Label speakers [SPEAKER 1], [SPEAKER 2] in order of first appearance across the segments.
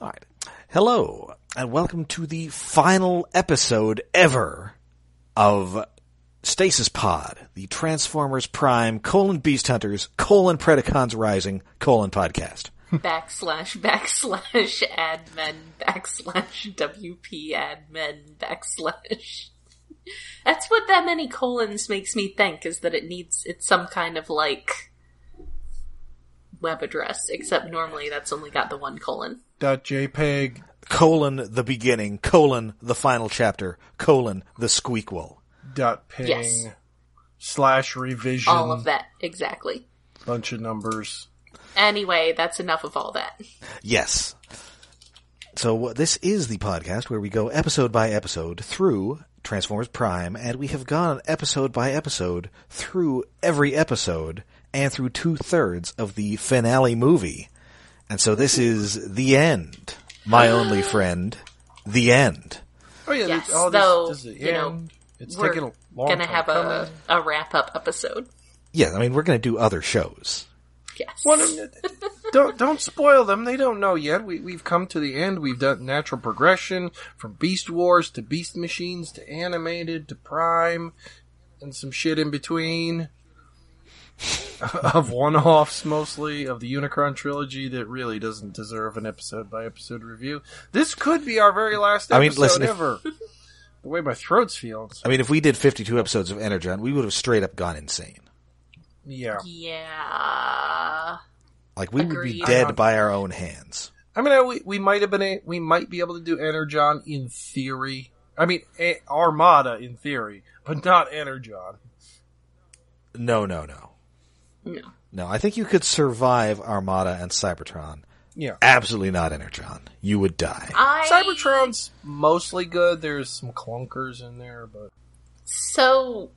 [SPEAKER 1] All right. Hello, and welcome to the final episode ever of Stasis Pod, the Transformers Prime, colon Beast Hunters, colon Predacons Rising, colon podcast.
[SPEAKER 2] backslash backslash admin backslash WP admin backslash. That's what that many colons makes me think is that it needs it's some kind of like web address, except normally that's only got the one colon.
[SPEAKER 3] Dot .jpeg.
[SPEAKER 1] Colon the beginning, colon the final chapter, colon the squeakquel.
[SPEAKER 3] Dot ping.
[SPEAKER 2] Yes.
[SPEAKER 3] Slash revision.
[SPEAKER 2] All of that, exactly.
[SPEAKER 3] Bunch of numbers.
[SPEAKER 2] Anyway, that's enough of all that.
[SPEAKER 1] Yes. So uh, this is the podcast where we go episode by episode through Transformers Prime, and we have gone episode by episode through every episode and through two thirds of the finale movie. And so this is the end, my only friend, the end.
[SPEAKER 3] Oh yeah.
[SPEAKER 2] Yes,
[SPEAKER 3] this- oh, this,
[SPEAKER 2] though,
[SPEAKER 3] this is the
[SPEAKER 2] you know,
[SPEAKER 3] end. it's
[SPEAKER 2] We're
[SPEAKER 3] taking a long
[SPEAKER 2] gonna
[SPEAKER 3] time
[SPEAKER 2] have a,
[SPEAKER 3] coming.
[SPEAKER 2] a wrap up episode.
[SPEAKER 1] Yeah, I mean we're going to do other shows.
[SPEAKER 2] Yes.
[SPEAKER 3] Well, n- n- don't don't spoil them. They don't know yet. We we've come to the end. We've done natural progression from Beast Wars to Beast Machines to animated to Prime, and some shit in between. of one-offs mostly of the Unicron trilogy that really doesn't deserve an episode by episode review. This could be our very last
[SPEAKER 1] I
[SPEAKER 3] episode
[SPEAKER 1] mean, listen, if-
[SPEAKER 3] ever. the way my throat's feels.
[SPEAKER 1] I mean if we did 52 episodes of Energon, we would have straight up gone insane.
[SPEAKER 3] Yeah.
[SPEAKER 2] yeah.
[SPEAKER 1] Like we would be
[SPEAKER 2] Agreed.
[SPEAKER 1] dead by our own hands.
[SPEAKER 3] I mean, I- we, we might have been a, we might be able to do Energon in theory. I mean, a, Armada in theory, but not Energon.
[SPEAKER 1] No, no, no.
[SPEAKER 2] No.
[SPEAKER 1] No, I think you could survive Armada and Cybertron.
[SPEAKER 3] Yeah,
[SPEAKER 1] Absolutely not Energon. You would die.
[SPEAKER 2] I
[SPEAKER 3] Cybertron's mostly good. There's some clunkers in there, but
[SPEAKER 2] so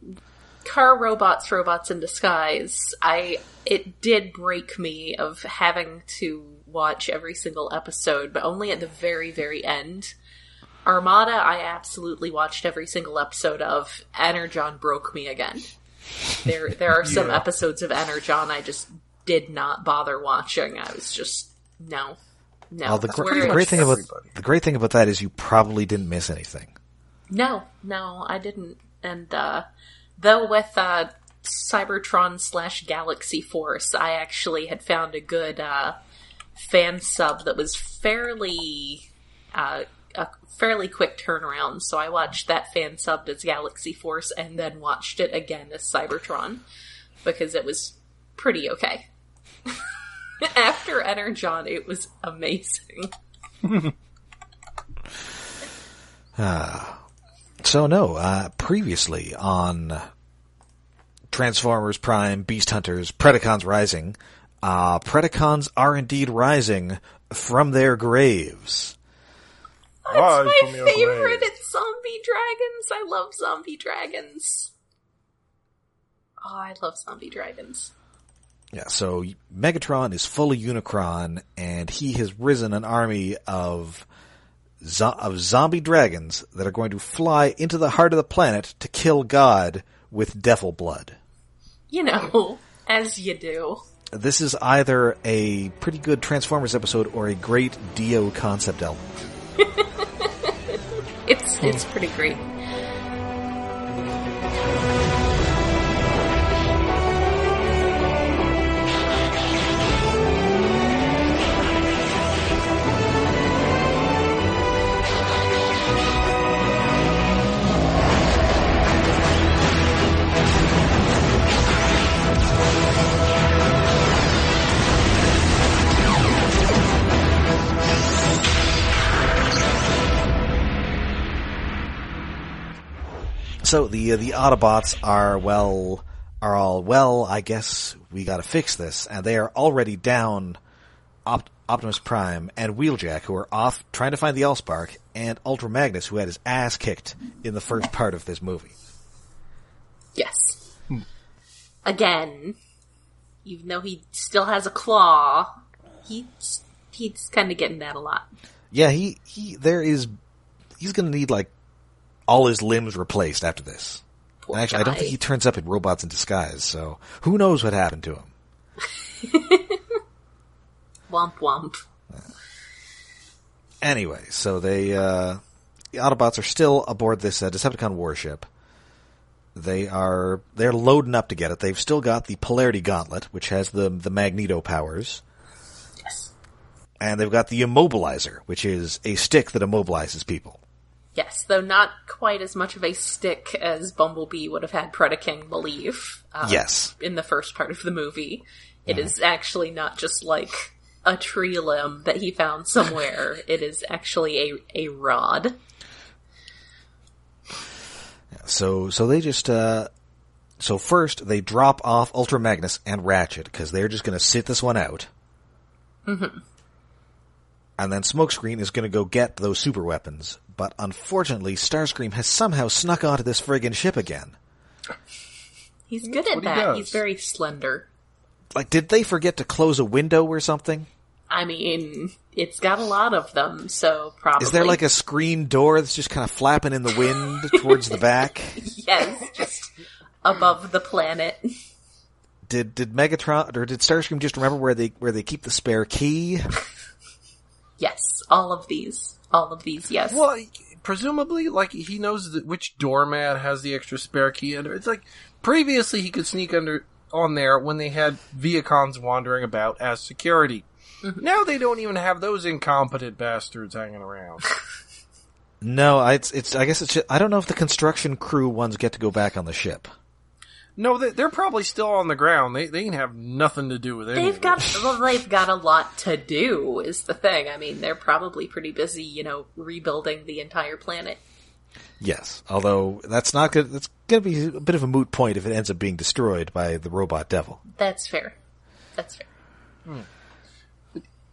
[SPEAKER 2] car robots robots in disguise i it did break me of having to watch every single episode but only at the very very end armada i absolutely watched every single episode of energon broke me again there there are some
[SPEAKER 3] Yeah.
[SPEAKER 2] episodes of energon i just did not bother watching i was just no no
[SPEAKER 1] Well, the, gr-
[SPEAKER 2] Whereas-
[SPEAKER 1] the great thing about
[SPEAKER 3] everybody.
[SPEAKER 1] the great thing about that is you probably didn't miss anything.
[SPEAKER 2] No, no, I didn't. And uh, though with uh, Cybertron slash Galaxy Force, I actually had found a good uh, fan sub that was fairly uh, a fairly quick turnaround. So I watched that fan subbed as Galaxy Force and then watched it again as Cybertron because it was pretty okay. After Energon, it was amazing.
[SPEAKER 1] So no, uh, previously on Transformers Prime, Beast Hunters, Predacons Rising, uh, Predacons are indeed rising from their graves.
[SPEAKER 3] Rise
[SPEAKER 2] That's
[SPEAKER 3] from
[SPEAKER 2] my
[SPEAKER 3] your
[SPEAKER 2] favorite.
[SPEAKER 3] grave.
[SPEAKER 2] It's zombie dragons. I love zombie dragons. Oh, I love zombie dragons.
[SPEAKER 1] Yeah, so Megatron is full of Unicron, and he has risen an army of zo- of zombie dragons that are going to fly into the heart of the planet to kill God with devil blood.
[SPEAKER 2] You know, as you do.
[SPEAKER 1] This is either a pretty good Transformers episode or a great Dio concept album.
[SPEAKER 2] It's it's pretty great.
[SPEAKER 1] So the uh, the Autobots are well are all well. I guess we got to fix this, and they are already down. Opt- Optimus Prime and Wheeljack, who are off trying to find the Allspark, and Ultra Magnus, who had his ass kicked in the first part of this movie.
[SPEAKER 2] Yes.
[SPEAKER 1] Hmm.
[SPEAKER 2] Again, even though he still has a claw, he's he's kind of getting that a lot.
[SPEAKER 1] Yeah, he he there is he's going to need like all his limbs replaced after this.
[SPEAKER 2] Poor
[SPEAKER 1] And actually, I don't think
[SPEAKER 2] guy.
[SPEAKER 1] he turns up in Robots in Disguise, so who knows what happened to him.
[SPEAKER 2] Womp womp.
[SPEAKER 1] Anyway, so they uh, the Autobots are still aboard this uh, Decepticon warship. They are they're loading up to get it. They've still got the Polarity Gauntlet, which has the the Magneto powers,
[SPEAKER 2] Yes.
[SPEAKER 1] and they've got the Immobilizer, which is a stick that immobilizes people.
[SPEAKER 2] Yes, though not quite as much of a stick as Bumblebee would have had Predaking believe. Uh,
[SPEAKER 1] Yes.
[SPEAKER 2] In the first part of the movie. it is actually not just like a tree limb that he found somewhere. it is actually a, a rod.
[SPEAKER 1] So so they just uh so first they drop off Ultra Magnus and Ratchet because they're just going to sit this one out. Mm-hmm. And then Smokescreen is going to go get those super weapons, but unfortunately Starscream has somehow snuck onto this friggin' ship again.
[SPEAKER 2] He's good at
[SPEAKER 3] what he
[SPEAKER 2] that.
[SPEAKER 3] does.
[SPEAKER 2] He's very slender.
[SPEAKER 1] Like, did they forget to close a window or something?
[SPEAKER 2] I mean, it's got a lot of them, so probably.
[SPEAKER 1] Is there like a screen door that's just kind of flapping in the wind towards the back?
[SPEAKER 2] yes, just above the planet?
[SPEAKER 1] Did did Megatron or did Starscream just remember where they where they keep the spare key?
[SPEAKER 2] Yes, all of these, all of these. Yes,
[SPEAKER 3] Well, presumably, like he knows that which doormat has the extra spare key, and it's like previously he could sneak under on there when they had Viacons wandering about as security.
[SPEAKER 2] Mm-hmm.
[SPEAKER 3] Now they don't even have those incompetent bastards hanging around.
[SPEAKER 1] No, I- it's it's. I guess it's. ju- I don't know if the construction crew ones get to go back on the ship.
[SPEAKER 3] No, they, they're probably still on the ground. They they ain't have nothing to do with it.
[SPEAKER 2] they've got well, they've got a lot to do. Is the thing? I mean, they're probably pretty busy, you know, rebuilding the entire planet.
[SPEAKER 1] Yes, although that's not good. That's going to be a bit of a moot point if it ends up being destroyed by the robot devil.
[SPEAKER 2] That's fair. That's fair.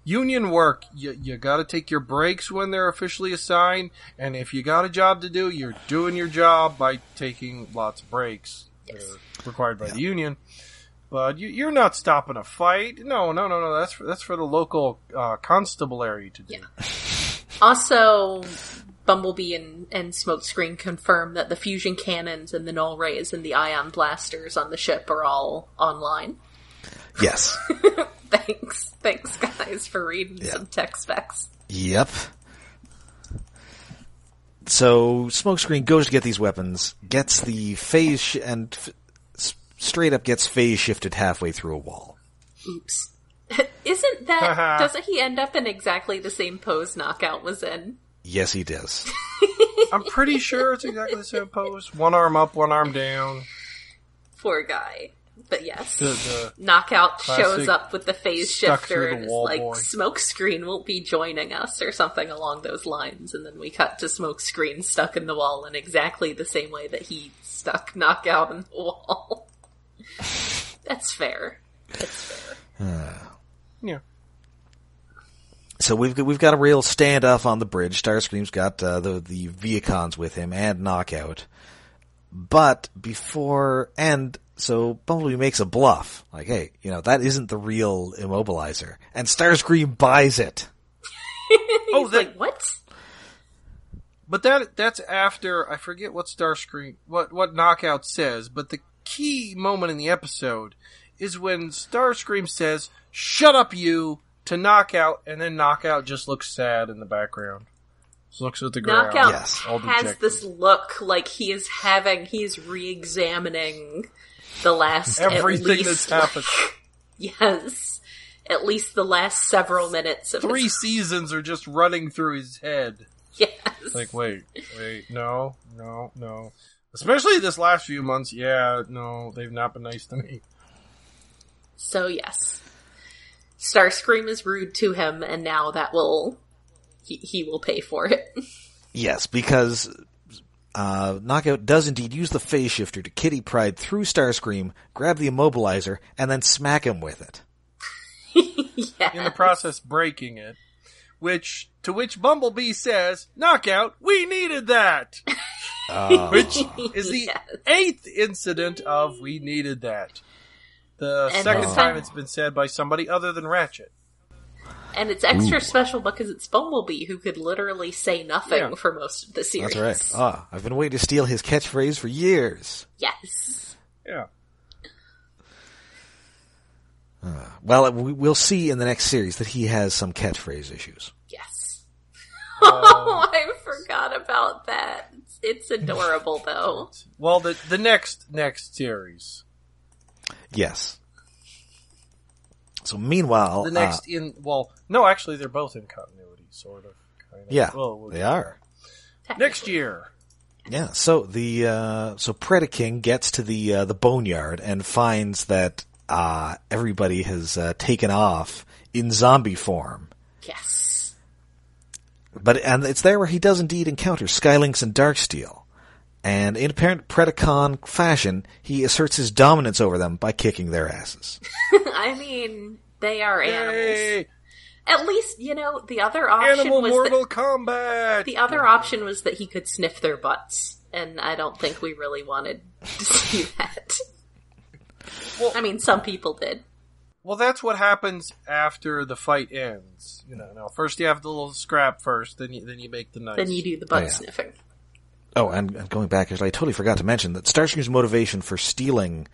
[SPEAKER 3] union work. You you got to take your breaks when they're officially assigned, and if you got a job to do, you're doing your job by taking lots of breaks.
[SPEAKER 2] Yes.
[SPEAKER 3] They're required by the union. But you, you're not stopping a fight. No, no, no, no. That's for, that's for the local uh, constabulary to do.
[SPEAKER 2] Also, Bumblebee and, and Smokescreen confirm that the fusion cannons and the null rays and the ion blasters on the ship are all online.
[SPEAKER 1] Yes.
[SPEAKER 2] Thanks. Thanks, guys, for reading
[SPEAKER 1] Yeah.
[SPEAKER 2] some tech specs.
[SPEAKER 1] yep. So Smokescreen goes to get these weapons, gets the phase sh- and f- s- straight up gets phase shifted halfway through a wall.
[SPEAKER 2] Oops. Isn't that. doesn't he end up in exactly the same pose Knockout was in?
[SPEAKER 1] Yes, he does.
[SPEAKER 3] I'm pretty sure it's exactly the same pose: one arm up, one arm down.
[SPEAKER 2] Poor guy. But yes.
[SPEAKER 3] The, the
[SPEAKER 2] Knockout
[SPEAKER 3] Classic
[SPEAKER 2] shows up with the phase
[SPEAKER 3] stuck
[SPEAKER 2] shifter
[SPEAKER 3] through the
[SPEAKER 2] and is
[SPEAKER 3] wall
[SPEAKER 2] like,
[SPEAKER 3] boy.
[SPEAKER 2] Smokescreen won't be joining us or something along those lines. And then we cut to Smokescreen stuck in the wall in exactly the same way that he stuck Knockout in the wall. That's fair.
[SPEAKER 3] yeah.
[SPEAKER 1] So we've got- we've got a real standoff on the bridge. Starscream's got uh, the the Viacons with him and Knockout, but before and so Bumblebee makes a bluff, like, "Hey, you know that isn't the real immobilizer," and Starscream buys it.
[SPEAKER 3] Oh,
[SPEAKER 2] It's
[SPEAKER 3] that,
[SPEAKER 2] like, what?
[SPEAKER 3] But that that's after I forget what Starscream what what Knockout says, but the key moment in the episode is when Starscream says, "Shut up, you!" to Knockout, and then Knockout just looks sad in the background. Just looks at the ground.
[SPEAKER 2] Knockout
[SPEAKER 1] Yes.
[SPEAKER 3] All
[SPEAKER 2] has
[SPEAKER 3] dejected.
[SPEAKER 2] this look like he is having, he's re examining the last at
[SPEAKER 3] Everything
[SPEAKER 2] least,
[SPEAKER 3] that's happened.
[SPEAKER 2] Yes. At least the last several minutes of
[SPEAKER 3] Three
[SPEAKER 2] his-
[SPEAKER 3] seasons are just running through his head.
[SPEAKER 2] Yes.
[SPEAKER 3] Like, wait, wait, no, no, no. Especially this last few months. Yeah, no, they've not been nice to me.
[SPEAKER 2] So yes, Starscream is rude to him, and now that will he, he will pay for it.
[SPEAKER 1] Yes, because uh, Knockout does indeed use the phase shifter to kitty pride through Starscream, grab the immobilizer, and then smack him with it.
[SPEAKER 3] in the process breaking it. Which to which Bumblebee says, "Knockout, we needed that."
[SPEAKER 1] Ah.
[SPEAKER 3] which is the
[SPEAKER 2] Yes.
[SPEAKER 3] eighth incident of "We needed that." The
[SPEAKER 2] And
[SPEAKER 3] second
[SPEAKER 2] this
[SPEAKER 3] time
[SPEAKER 2] time-
[SPEAKER 3] it's been said by somebody other than Ratchet.
[SPEAKER 2] and it's extra special because it's Bumblebee who could literally say nothing
[SPEAKER 3] Yeah.
[SPEAKER 2] for most of the series.
[SPEAKER 1] That's right. Ah, I've been waiting to steal his catchphrase for years.
[SPEAKER 2] Yes.
[SPEAKER 3] Yeah,
[SPEAKER 1] Well, we- we'll see in the next series that he has some catchphrase issues.
[SPEAKER 2] Yes.
[SPEAKER 3] Um,
[SPEAKER 2] Oh, I forgot about that. It's, it's adorable though.
[SPEAKER 3] Well, the the next next series,
[SPEAKER 1] Yes. So meanwhile,
[SPEAKER 3] the
[SPEAKER 1] uh,
[SPEAKER 3] next in well, no, actually they're both in continuity, sort of. Kind of.
[SPEAKER 1] yeah,
[SPEAKER 3] Well, we'll
[SPEAKER 1] they
[SPEAKER 3] get-
[SPEAKER 1] are.
[SPEAKER 3] Next year,
[SPEAKER 1] Yeah. So the uh, so Predaking gets to the uh, the boneyard and finds that uh, everybody has uh, taken off in zombie form.
[SPEAKER 2] Yes.
[SPEAKER 1] But and it's there where he does indeed encounter Skylinks and Darksteel. And in apparent Predacon fashion, he asserts his dominance over them by kicking their asses.
[SPEAKER 2] I mean, they are animals.
[SPEAKER 3] hey,
[SPEAKER 2] At least, you know, the other option
[SPEAKER 3] Animal
[SPEAKER 2] was
[SPEAKER 3] Mortal
[SPEAKER 2] that
[SPEAKER 3] Kombat.
[SPEAKER 2] the other option was that he could sniff their butts, and I don't think we really wanted to see that.
[SPEAKER 3] Well-
[SPEAKER 2] I mean, some people did.
[SPEAKER 3] Well, that's what happens after the fight ends. You know, now first you have the little scrap first, then you then you make the knife.
[SPEAKER 2] Then you do the butt
[SPEAKER 1] Oh, yeah.
[SPEAKER 2] sniffing.
[SPEAKER 1] Oh, and and going back, actually, I totally forgot to mention that Starscream's motivation for stealing,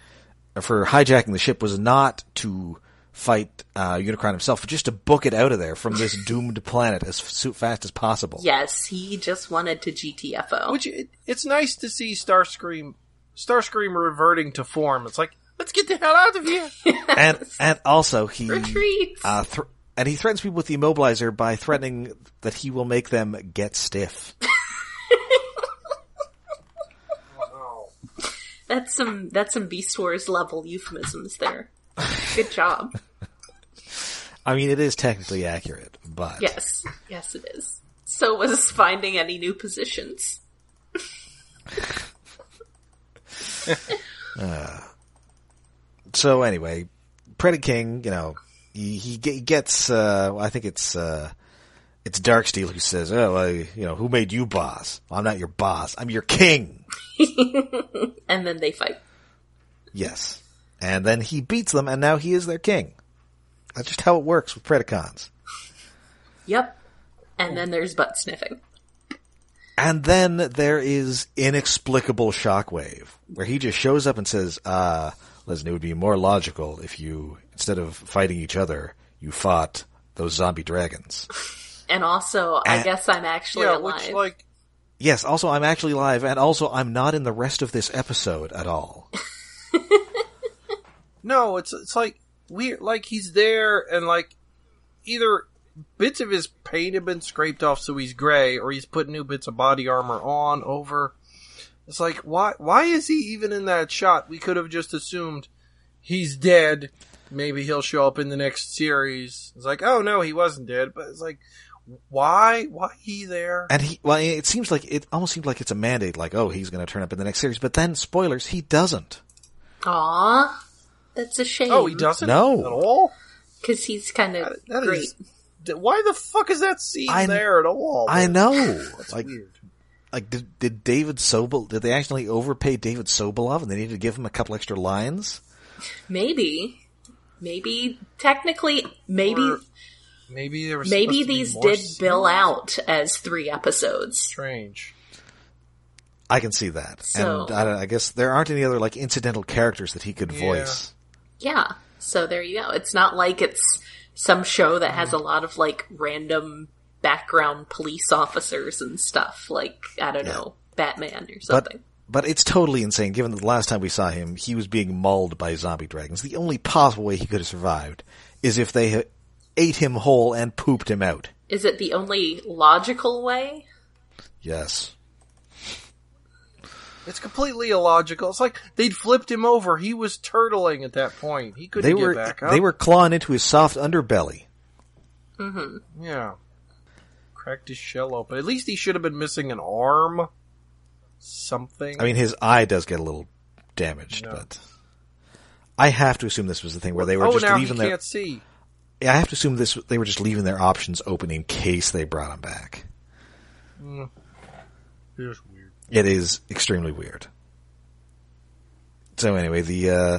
[SPEAKER 1] uh, for hijacking the ship was not to fight uh, Unicron himself, but just to book it out of there from this doomed planet as f- fast as possible.
[SPEAKER 2] Yes, he just wanted to GTFO.
[SPEAKER 3] Which it, it's nice to see Starscream, Starscream reverting to form. It's like let's get the hell out of here.
[SPEAKER 1] And and also he
[SPEAKER 2] Retreat.
[SPEAKER 1] Uh, thr and he threatens people with the immobilizer by threatening that he will make them get stiff.
[SPEAKER 2] that's some that's some Beast Wars level euphemisms there. Good job.
[SPEAKER 1] I mean, it is technically accurate, but
[SPEAKER 2] Yes, yes, it is. So was finding any new positions.
[SPEAKER 1] so anyway, Predaking, you know, he, he ge- gets, uh, I think it's, uh, it's Darksteel who says, oh, I, you know, who made you boss? I'm not your boss. I'm your king.
[SPEAKER 2] And then they fight.
[SPEAKER 1] Yes. And then he beats them and now he is their king. That's just how it works with Predacons.
[SPEAKER 2] Yep. And then there's butt sniffing.
[SPEAKER 1] And then there is inexplicable shockwave where he just shows up and says, uh, listen, it would be more logical if you, instead of fighting each other, you fought those zombie dragons.
[SPEAKER 2] And also, I
[SPEAKER 1] Uh,
[SPEAKER 2] guess I'm actually
[SPEAKER 3] yeah,
[SPEAKER 2] alive.
[SPEAKER 3] which like
[SPEAKER 1] Yes, also I'm actually live and also I'm not in the rest of this episode at all.
[SPEAKER 3] no, it's it's like weird. Like he's there and like either bits of his paint have been scraped off, so he's gray, or he's put new bits of body armor on over. It's like why why is he even in that shot? We could have just assumed he's dead. Maybe he'll show up in the next series. It's like oh no, he wasn't dead, but it's like why why he there?
[SPEAKER 1] And he well it seems like it almost seems like it's a mandate like oh he's going to turn up in the next series but then spoilers he doesn't.
[SPEAKER 2] Aw, that's a shame.
[SPEAKER 3] Oh, he doesn't
[SPEAKER 1] No.
[SPEAKER 3] at all.
[SPEAKER 2] because he's kind of
[SPEAKER 3] That is-
[SPEAKER 2] great.
[SPEAKER 3] Why the fuck is that scene
[SPEAKER 1] I-
[SPEAKER 3] there at all?
[SPEAKER 1] I know. like
[SPEAKER 3] weird.
[SPEAKER 1] like did, did David Sobel did they accidentally overpay David Sobolov and they needed to give him a couple extra lines?
[SPEAKER 2] Maybe, maybe technically, maybe
[SPEAKER 3] Or Maybe there was
[SPEAKER 2] maybe
[SPEAKER 3] supposed to be
[SPEAKER 2] these
[SPEAKER 3] more
[SPEAKER 2] did
[SPEAKER 3] scenes?
[SPEAKER 2] bill out as three episodes.
[SPEAKER 3] Strange.
[SPEAKER 1] I can see that.
[SPEAKER 2] So-
[SPEAKER 1] And I, don't- I guess there aren't any other like incidental characters that he could voice.
[SPEAKER 2] Yeah. So there you go. It's not like it's some show that has a lot of like random background police officers and stuff. Like I don't know, Batman or
[SPEAKER 1] But
[SPEAKER 2] something.
[SPEAKER 1] but it's totally insane given that the last time we saw him, he was being mauled by zombie dragons. The only possible way he could have survived is if they ha- ate him whole and pooped him out.
[SPEAKER 2] Is it the only logical way?
[SPEAKER 1] Yes.
[SPEAKER 3] It's completely illogical. It's like they'd flipped him over. He was turtling at that point. He couldn't
[SPEAKER 1] They
[SPEAKER 3] get
[SPEAKER 1] were
[SPEAKER 3] back up.
[SPEAKER 1] they were clawing into his soft underbelly.
[SPEAKER 3] yeah. Cracked his shell open. At least he should have been missing an arm. Something.
[SPEAKER 1] I mean his eye does get a little damaged, but I have to assume this was the thing where they were
[SPEAKER 3] oh,
[SPEAKER 1] just
[SPEAKER 3] now he
[SPEAKER 1] leaving their
[SPEAKER 3] can't see.
[SPEAKER 1] Yeah, I have to assume this they were just leaving their options open in case they brought him back.
[SPEAKER 3] It was weird.
[SPEAKER 1] It is extremely weird. So anyway, the uh,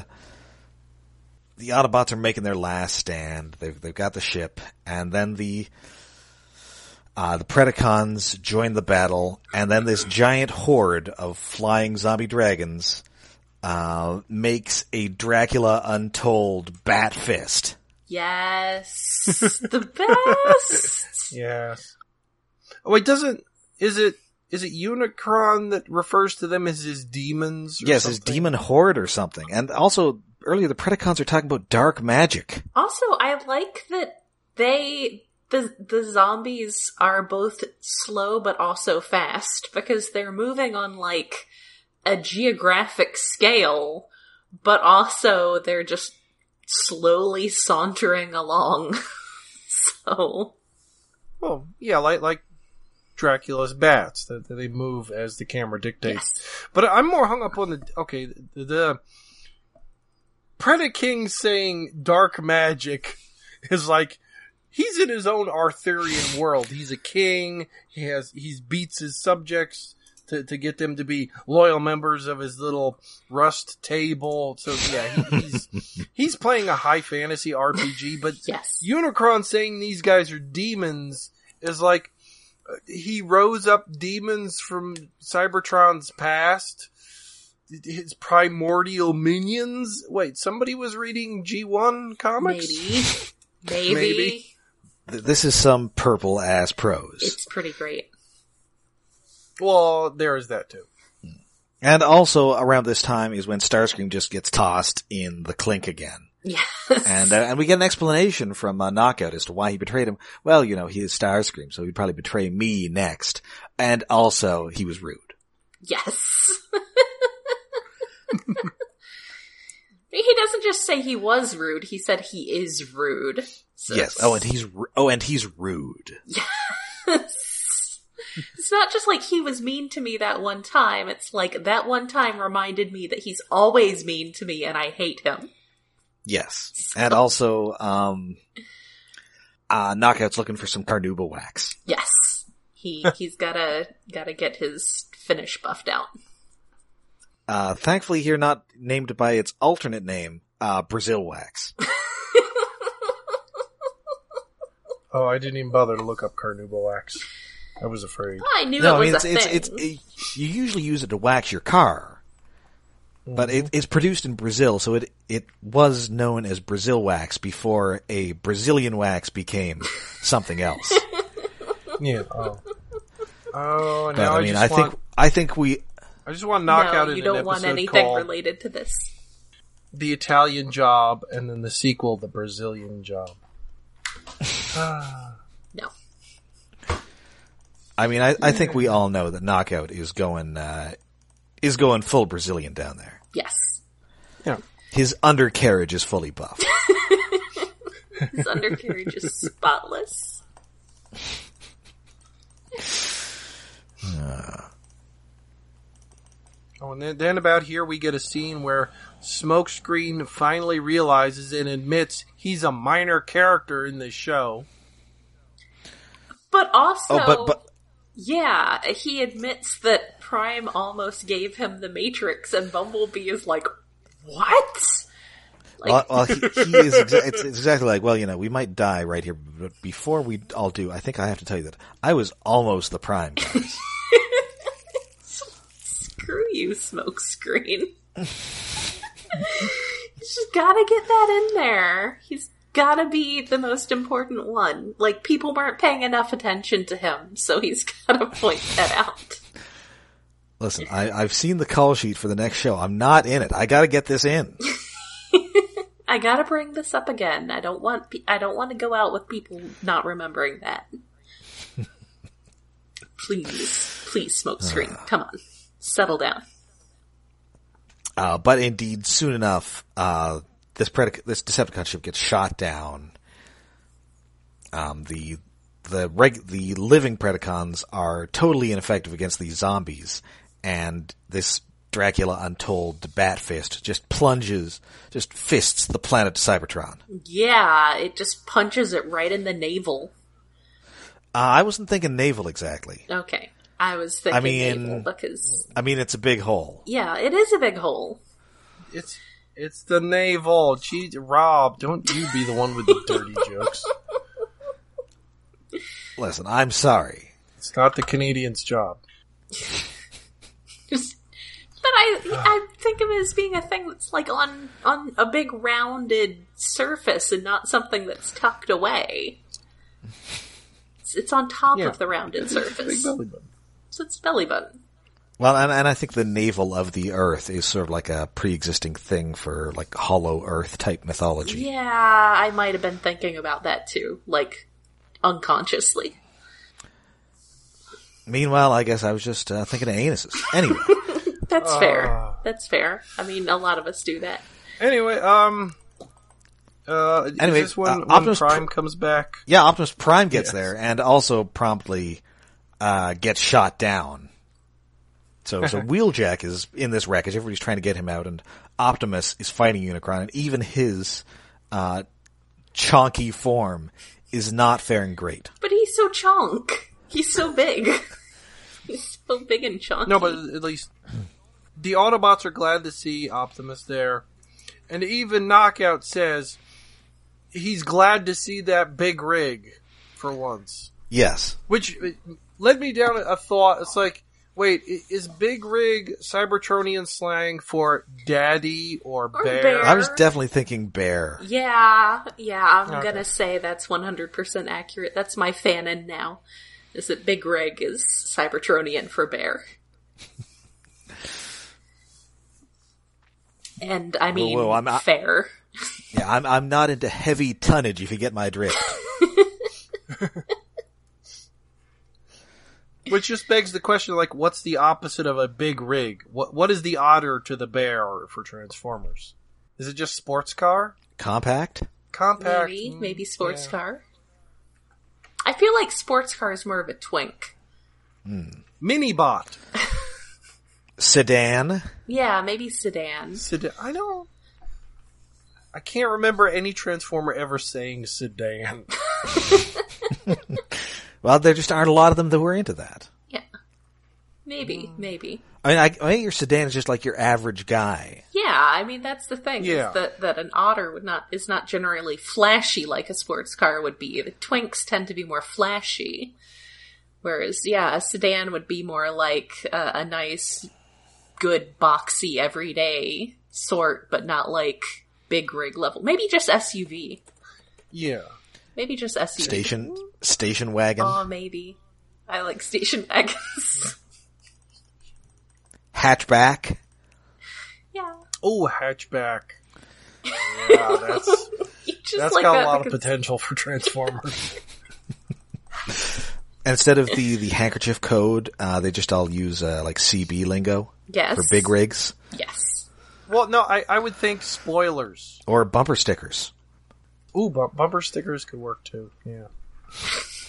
[SPEAKER 1] the Autobots are making their last stand. They've they've got the ship, and then the uh, the Predacons join the battle, and then this giant horde of flying zombie dragons uh, makes a Dracula Untold bat fist.
[SPEAKER 2] Yes, the best.
[SPEAKER 3] Yes. Oh, wait, doesn't is it is it Unicron that refers to them as his demons? Or
[SPEAKER 1] yes, his
[SPEAKER 3] something?
[SPEAKER 1] demon horde or something. And also earlier, the Predacons are talking about dark magic.
[SPEAKER 2] Also, I like that they the the zombies are both slow but also fast because they're moving on like a geographic scale, but also they're just slowly sauntering along. so
[SPEAKER 3] Well, yeah, like like Dracula's bats that that they move as the camera dictates.
[SPEAKER 2] yes,
[SPEAKER 3] But I'm more hung up on the okay the, the Predaking saying dark magic is like he's in his own Arthurian world. He's a king. He has he beats his subjects to, to get them to be loyal members of his little rust table. So yeah, he, he's he's playing a high fantasy RPG, but
[SPEAKER 2] yes,
[SPEAKER 3] Unicron saying these guys are demons is like uh, he rose up demons from Cybertron's past, his primordial minions. Wait, somebody was reading G1 comics?
[SPEAKER 2] maybe, maybe,
[SPEAKER 3] Maybe.
[SPEAKER 1] Th- This is some purple ass prose.
[SPEAKER 2] it's pretty great.
[SPEAKER 3] Well, there is that too.
[SPEAKER 1] And also around this time is when Starscream just gets tossed in the clink again.
[SPEAKER 2] Yes,
[SPEAKER 1] And, uh, and we get an explanation from uh, Knockout as to why he betrayed him. Well, you know, he is Starscream, so he'd probably betray me next. And also, he was rude.
[SPEAKER 2] yes. He doesn't just say he was rude, he said he is rude. So
[SPEAKER 1] Yes. Oh, and he's, ru- oh, and he's rude.
[SPEAKER 2] it's not just like he was mean to me that one time. It's like that one time reminded me that he's always mean to me and I hate him.
[SPEAKER 1] Yes. And also, um, uh, Knockout's looking for some carnauba wax.
[SPEAKER 2] Yes. He he's gotta gotta get his finish buffed out.
[SPEAKER 1] Uh, thankfully here not named by its alternate name, uh, Brazil wax.
[SPEAKER 3] Oh, I didn't even bother to look up Carnubo Wax. I was afraid.
[SPEAKER 2] I knew
[SPEAKER 1] no,
[SPEAKER 2] it
[SPEAKER 1] I
[SPEAKER 2] was
[SPEAKER 1] mean, it's,
[SPEAKER 2] a
[SPEAKER 1] it's,
[SPEAKER 2] thing.
[SPEAKER 1] it's, it- you usually use it to wax your car, but it,
[SPEAKER 3] Mm-hmm.
[SPEAKER 1] it's produced in Brazil, so it, it was known as Brazil wax before a Brazilian wax became something else.
[SPEAKER 3] Yeah. Oh. Oh,
[SPEAKER 1] but
[SPEAKER 3] now
[SPEAKER 1] I
[SPEAKER 3] I,
[SPEAKER 1] mean,
[SPEAKER 3] just
[SPEAKER 1] I think,
[SPEAKER 3] want,
[SPEAKER 1] I think we,
[SPEAKER 3] I just want knockout
[SPEAKER 2] no,
[SPEAKER 3] in
[SPEAKER 2] you
[SPEAKER 3] an
[SPEAKER 2] don't want
[SPEAKER 3] episode
[SPEAKER 2] anything
[SPEAKER 3] called
[SPEAKER 2] related to this.
[SPEAKER 3] The Italian Job and then the sequel, The Brazilian Job.
[SPEAKER 2] No.
[SPEAKER 1] I mean, I, I think we all know that knockout is going, uh, is going full Brazilian down there.
[SPEAKER 2] Yes.
[SPEAKER 3] Yeah.
[SPEAKER 1] His undercarriage is fully buffed.
[SPEAKER 2] His undercarriage is spotless.
[SPEAKER 3] Oh, and then, then about here we get a scene where Smokescreen finally realizes and admits he's a minor character in this show.
[SPEAKER 2] But also
[SPEAKER 1] Oh, but, but,
[SPEAKER 2] Yeah, he admits that Prime almost gave him the Matrix, and Bumblebee is like, "What?"
[SPEAKER 1] Well, Uh, well, he, he is exa- it's it's exactly like, well, you know, we might die right here, but before we all do, I think I have to tell you that I was almost the prime. guys.
[SPEAKER 2] Screw you, Smokescreen. He's just gotta get that in there. He's gotta be the most important one. Like people weren't paying enough attention to him, so he's gotta point that out.
[SPEAKER 1] Listen, I, I've seen the call sheet for the next show. I'm not in it. I gotta get this in.
[SPEAKER 2] I gotta bring this up again. I don't want. Pe- I don't want to go out with people not remembering that. please, please, smoke screen. Come on, settle down.
[SPEAKER 1] Uh, but indeed, soon enough, uh, this predic- this Decepticon ship gets shot down. Um, the the reg- the living Predacons are totally ineffective against these zombies, and this Dracula Untold Bat Fist just plunges, just fists the planet Cybertron. Uh,
[SPEAKER 2] Yeah, it just punches it right in the navel.
[SPEAKER 1] I wasn't thinking naval exactly.
[SPEAKER 2] Okay, I was thinking
[SPEAKER 1] I mean-
[SPEAKER 2] navel because
[SPEAKER 1] I mean, it's a big hole.
[SPEAKER 2] yeah, it is a big hole.
[SPEAKER 3] It's it's the navel. Gee, Rob, don't you be the one with the dirty jokes.
[SPEAKER 1] Listen, I'm sorry.
[SPEAKER 3] It's not the Canadian's job.
[SPEAKER 2] Just, but I I think of it as being a thing that's like on on a big rounded surface and not something that's tucked away. It's It's on top
[SPEAKER 3] Yeah.
[SPEAKER 2] of the rounded
[SPEAKER 3] Big
[SPEAKER 2] surface.
[SPEAKER 3] belly button.
[SPEAKER 2] so it's belly button.
[SPEAKER 1] Well, and, and I think the navel of the Earth is sort of like a pre-existing thing for like Hollow Earth type mythology.
[SPEAKER 2] Yeah, I might have been thinking about that too, like unconsciously.
[SPEAKER 1] Meanwhile, I guess I was just uh, thinking of anuses. Anyway,
[SPEAKER 2] That's fair. That's fair. I mean, a lot of us do that.
[SPEAKER 3] Anyway, um, uh,
[SPEAKER 1] Anyway,
[SPEAKER 3] anyway, is this when,
[SPEAKER 1] uh,
[SPEAKER 3] when
[SPEAKER 1] Optimus
[SPEAKER 3] Prime
[SPEAKER 1] Pr-
[SPEAKER 3] comes back?
[SPEAKER 1] yeah, Optimus Prime gets
[SPEAKER 3] Yes.
[SPEAKER 1] there and also promptly uh, gets shot down. So, so Wheeljack is in this wreckage. Everybody's trying to get him out, and Optimus is fighting Unicron, and even his uh, chonky form is not faring great.
[SPEAKER 2] But he's so chunk. He's so big. he's so big and chunky.
[SPEAKER 3] No, but at least the Autobots are glad to see Optimus there. And even Knockout says he's glad to see that big rig for once.
[SPEAKER 1] Yes,
[SPEAKER 3] Which uh, led me down a thought. It's like, wait, i- is big rig Cybertronian slang for daddy or,
[SPEAKER 2] Or
[SPEAKER 3] bear?
[SPEAKER 2] bear.
[SPEAKER 1] I was definitely thinking bear.
[SPEAKER 2] yeah, yeah, I'm
[SPEAKER 3] Okay.
[SPEAKER 2] gonna say that's 100% accurate. That's my fanon now. Is that Big Rig is Cybertronian for bear. and I mean,
[SPEAKER 1] whoa, I'm not-
[SPEAKER 2] fair.
[SPEAKER 1] Yeah, I'm I'm not into heavy tonnage. If you get my drift.
[SPEAKER 3] Which just begs the question, like, what's the opposite of a big rig? What What is the otter to the bear for Transformers? Is it just sports car?
[SPEAKER 1] Compact.
[SPEAKER 3] Compact?
[SPEAKER 2] Maybe,
[SPEAKER 3] Mm,
[SPEAKER 2] maybe sports
[SPEAKER 3] yeah.
[SPEAKER 2] car. I feel like sports car is more of a twink.
[SPEAKER 3] Minibot.
[SPEAKER 1] sedan.
[SPEAKER 2] Yeah, maybe sedan.
[SPEAKER 3] Sedan. I don't. I can't remember any Transformer ever saying sedan.
[SPEAKER 1] Well, there just aren't a lot of them that were into that.
[SPEAKER 2] Yeah. Maybe,
[SPEAKER 3] Mm.
[SPEAKER 2] maybe.
[SPEAKER 1] I mean, I, I think your sedan is just like your average guy.
[SPEAKER 2] Yeah, I mean that's the thing.
[SPEAKER 3] Yeah.
[SPEAKER 2] Is that that an otter would not is not generally flashy like a sports car would be. The twinks tend to be more flashy, whereas yeah, a sedan would be more like uh, a nice, good, boxy, everyday sort, but not like big rig level. Maybe just SUV.
[SPEAKER 3] Yeah.
[SPEAKER 2] Maybe just SUV.
[SPEAKER 1] Station station wagon,
[SPEAKER 2] Oh, maybe. I like station wagons.
[SPEAKER 1] hatchback.
[SPEAKER 2] yeah.
[SPEAKER 3] Oh, hatchback. Yeah, that's
[SPEAKER 2] You just
[SPEAKER 3] that's
[SPEAKER 2] like
[SPEAKER 3] got
[SPEAKER 2] that
[SPEAKER 3] a lot of
[SPEAKER 2] because-
[SPEAKER 3] potential for Transformers.
[SPEAKER 1] And Instead of the the handkerchief code, uh, they just all use uh, like CB lingo
[SPEAKER 2] Yes.
[SPEAKER 1] for big rigs
[SPEAKER 2] Yes.
[SPEAKER 3] well, no, I, I would think spoilers.
[SPEAKER 1] or bumper stickers.
[SPEAKER 3] Ooh, bu- bumper stickers could work too. Yeah.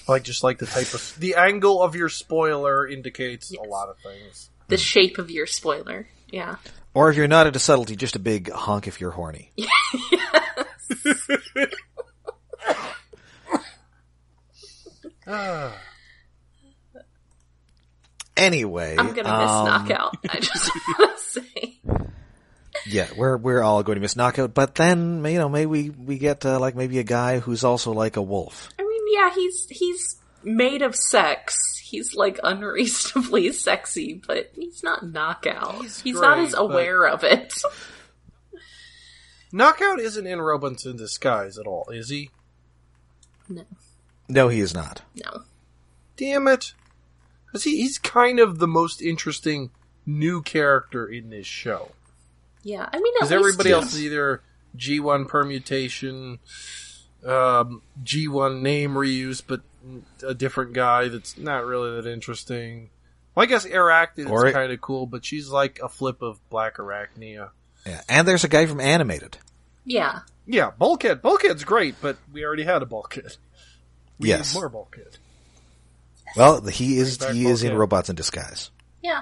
[SPEAKER 3] Like just like the type of the angle of your spoiler indicates a lot of things.
[SPEAKER 2] The shape of your spoiler. Yeah.
[SPEAKER 1] Or if you're not into subtlety, just a big honk if you're horny.
[SPEAKER 3] Ah.
[SPEAKER 1] Anyway,
[SPEAKER 2] I'm gonna miss
[SPEAKER 1] um,
[SPEAKER 2] knockout. I just want to say.
[SPEAKER 1] Yeah, we're we're all going to miss knockout, but then you know maybe we we get uh, like maybe a guy who's also like a wolf.
[SPEAKER 2] I mean, yeah, he's he's made of sex. He's like unreasonably sexy, but he's not knockout. He's, not
[SPEAKER 3] great,
[SPEAKER 2] as
[SPEAKER 3] but-
[SPEAKER 2] aware of it.
[SPEAKER 3] Knockout isn't in Robots in Disguise at all, is he?
[SPEAKER 2] No,
[SPEAKER 1] No, he is not.
[SPEAKER 2] no.
[SPEAKER 3] Damn it. 'Cause he, he's kind of the most interesting new character in this show.
[SPEAKER 2] Yeah, I mean, at
[SPEAKER 3] Because
[SPEAKER 2] least
[SPEAKER 3] everybody
[SPEAKER 2] he-
[SPEAKER 3] else is either G1 permutation, um, G1 name reuse, but a different guy that's not really that interesting. Well, I guess Arachnid
[SPEAKER 1] Or it-
[SPEAKER 3] is kind of cool, but she's like a flip of Black Arachnia.
[SPEAKER 1] Yeah, and there's a guy from animated.
[SPEAKER 2] Yeah,
[SPEAKER 3] Yeah, Bulkhead. Bulkhead's great, but we already had a Bulkhead. We
[SPEAKER 1] yes.
[SPEAKER 3] need more Bulkhead.
[SPEAKER 1] Well, he is
[SPEAKER 3] Bring back
[SPEAKER 1] he is in
[SPEAKER 3] Bulkhead.
[SPEAKER 1] Robots in Disguise.
[SPEAKER 2] yeah.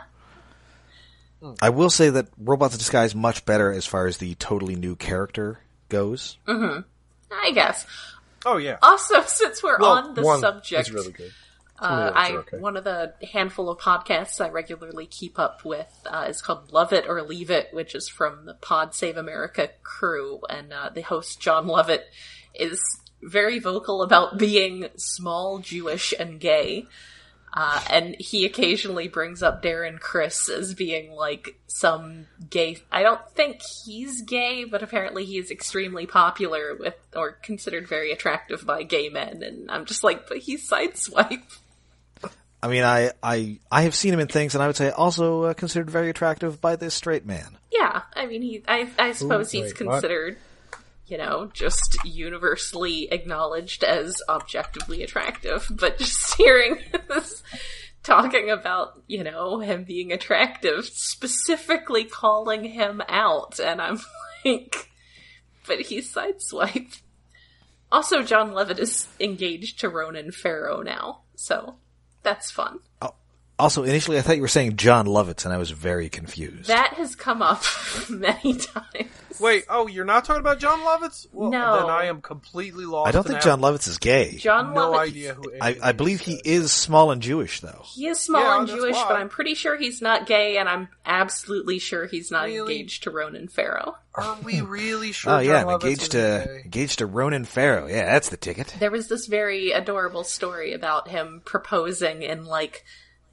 [SPEAKER 1] I will say that Robots in Disguise much better as far as the totally new character goes.
[SPEAKER 2] I guess.
[SPEAKER 3] Oh, yeah.
[SPEAKER 2] Also, since we're
[SPEAKER 3] Well,
[SPEAKER 2] on the
[SPEAKER 3] one
[SPEAKER 2] subject,
[SPEAKER 3] is really good.
[SPEAKER 2] Uh,
[SPEAKER 3] Yeah, it's
[SPEAKER 2] I
[SPEAKER 3] okay.
[SPEAKER 2] one of the handful of podcasts I regularly keep up with uh, is called Love It or Leave It, which is from the Pod Save America crew, and uh, the host John Lovett is very vocal about being small, Jewish, and gay. Uh, and he occasionally brings up Darren Chris as being like some gay. I don't think he's gay, but apparently he is extremely popular with or considered very attractive by gay men. And I'm just like, but he's sideswipe.
[SPEAKER 1] I mean, I, I, I have seen him in things, and I would say also uh, considered very attractive by this straight man.
[SPEAKER 2] Yeah, I mean, he. I, I suppose he's
[SPEAKER 3] wait, what?
[SPEAKER 2] considered, you know, just universally acknowledged as objectively attractive. But just hearing this talking about, you know, him being attractive, specifically calling him out, and I'm like, but he's sideswiped. Also, John Levitt is engaged to Ronan Farrow now, so that's fun.
[SPEAKER 1] Also, initially I thought you were saying John Lovitz, and I was very confused.
[SPEAKER 2] That has come up many times.
[SPEAKER 3] Wait, oh, you're not talking about John Lovitz? Well,
[SPEAKER 2] No.
[SPEAKER 3] Then I am completely lost.
[SPEAKER 1] I don't
[SPEAKER 3] and
[SPEAKER 1] think John
[SPEAKER 3] have
[SPEAKER 1] Lovitz is gay.
[SPEAKER 2] John
[SPEAKER 3] No
[SPEAKER 2] Lovett,
[SPEAKER 3] idea who.
[SPEAKER 1] I,
[SPEAKER 3] anything
[SPEAKER 1] I believe he is small and Jewish, though.
[SPEAKER 2] He is small
[SPEAKER 3] Yeah,
[SPEAKER 2] and
[SPEAKER 3] that's
[SPEAKER 2] Jewish,
[SPEAKER 3] why.
[SPEAKER 2] but I'm pretty sure he's not gay, and I'm absolutely sure he's not
[SPEAKER 3] Really?
[SPEAKER 2] engaged to Ronan Farrow.
[SPEAKER 3] Are we really sure?
[SPEAKER 1] oh yeah,
[SPEAKER 3] John
[SPEAKER 1] I'm
[SPEAKER 3] Lovitz
[SPEAKER 1] engaged
[SPEAKER 3] is
[SPEAKER 1] to
[SPEAKER 3] gay?
[SPEAKER 1] engaged to Ronan Farrow. Yeah, that's the ticket.
[SPEAKER 2] There was this very adorable story about him proposing in like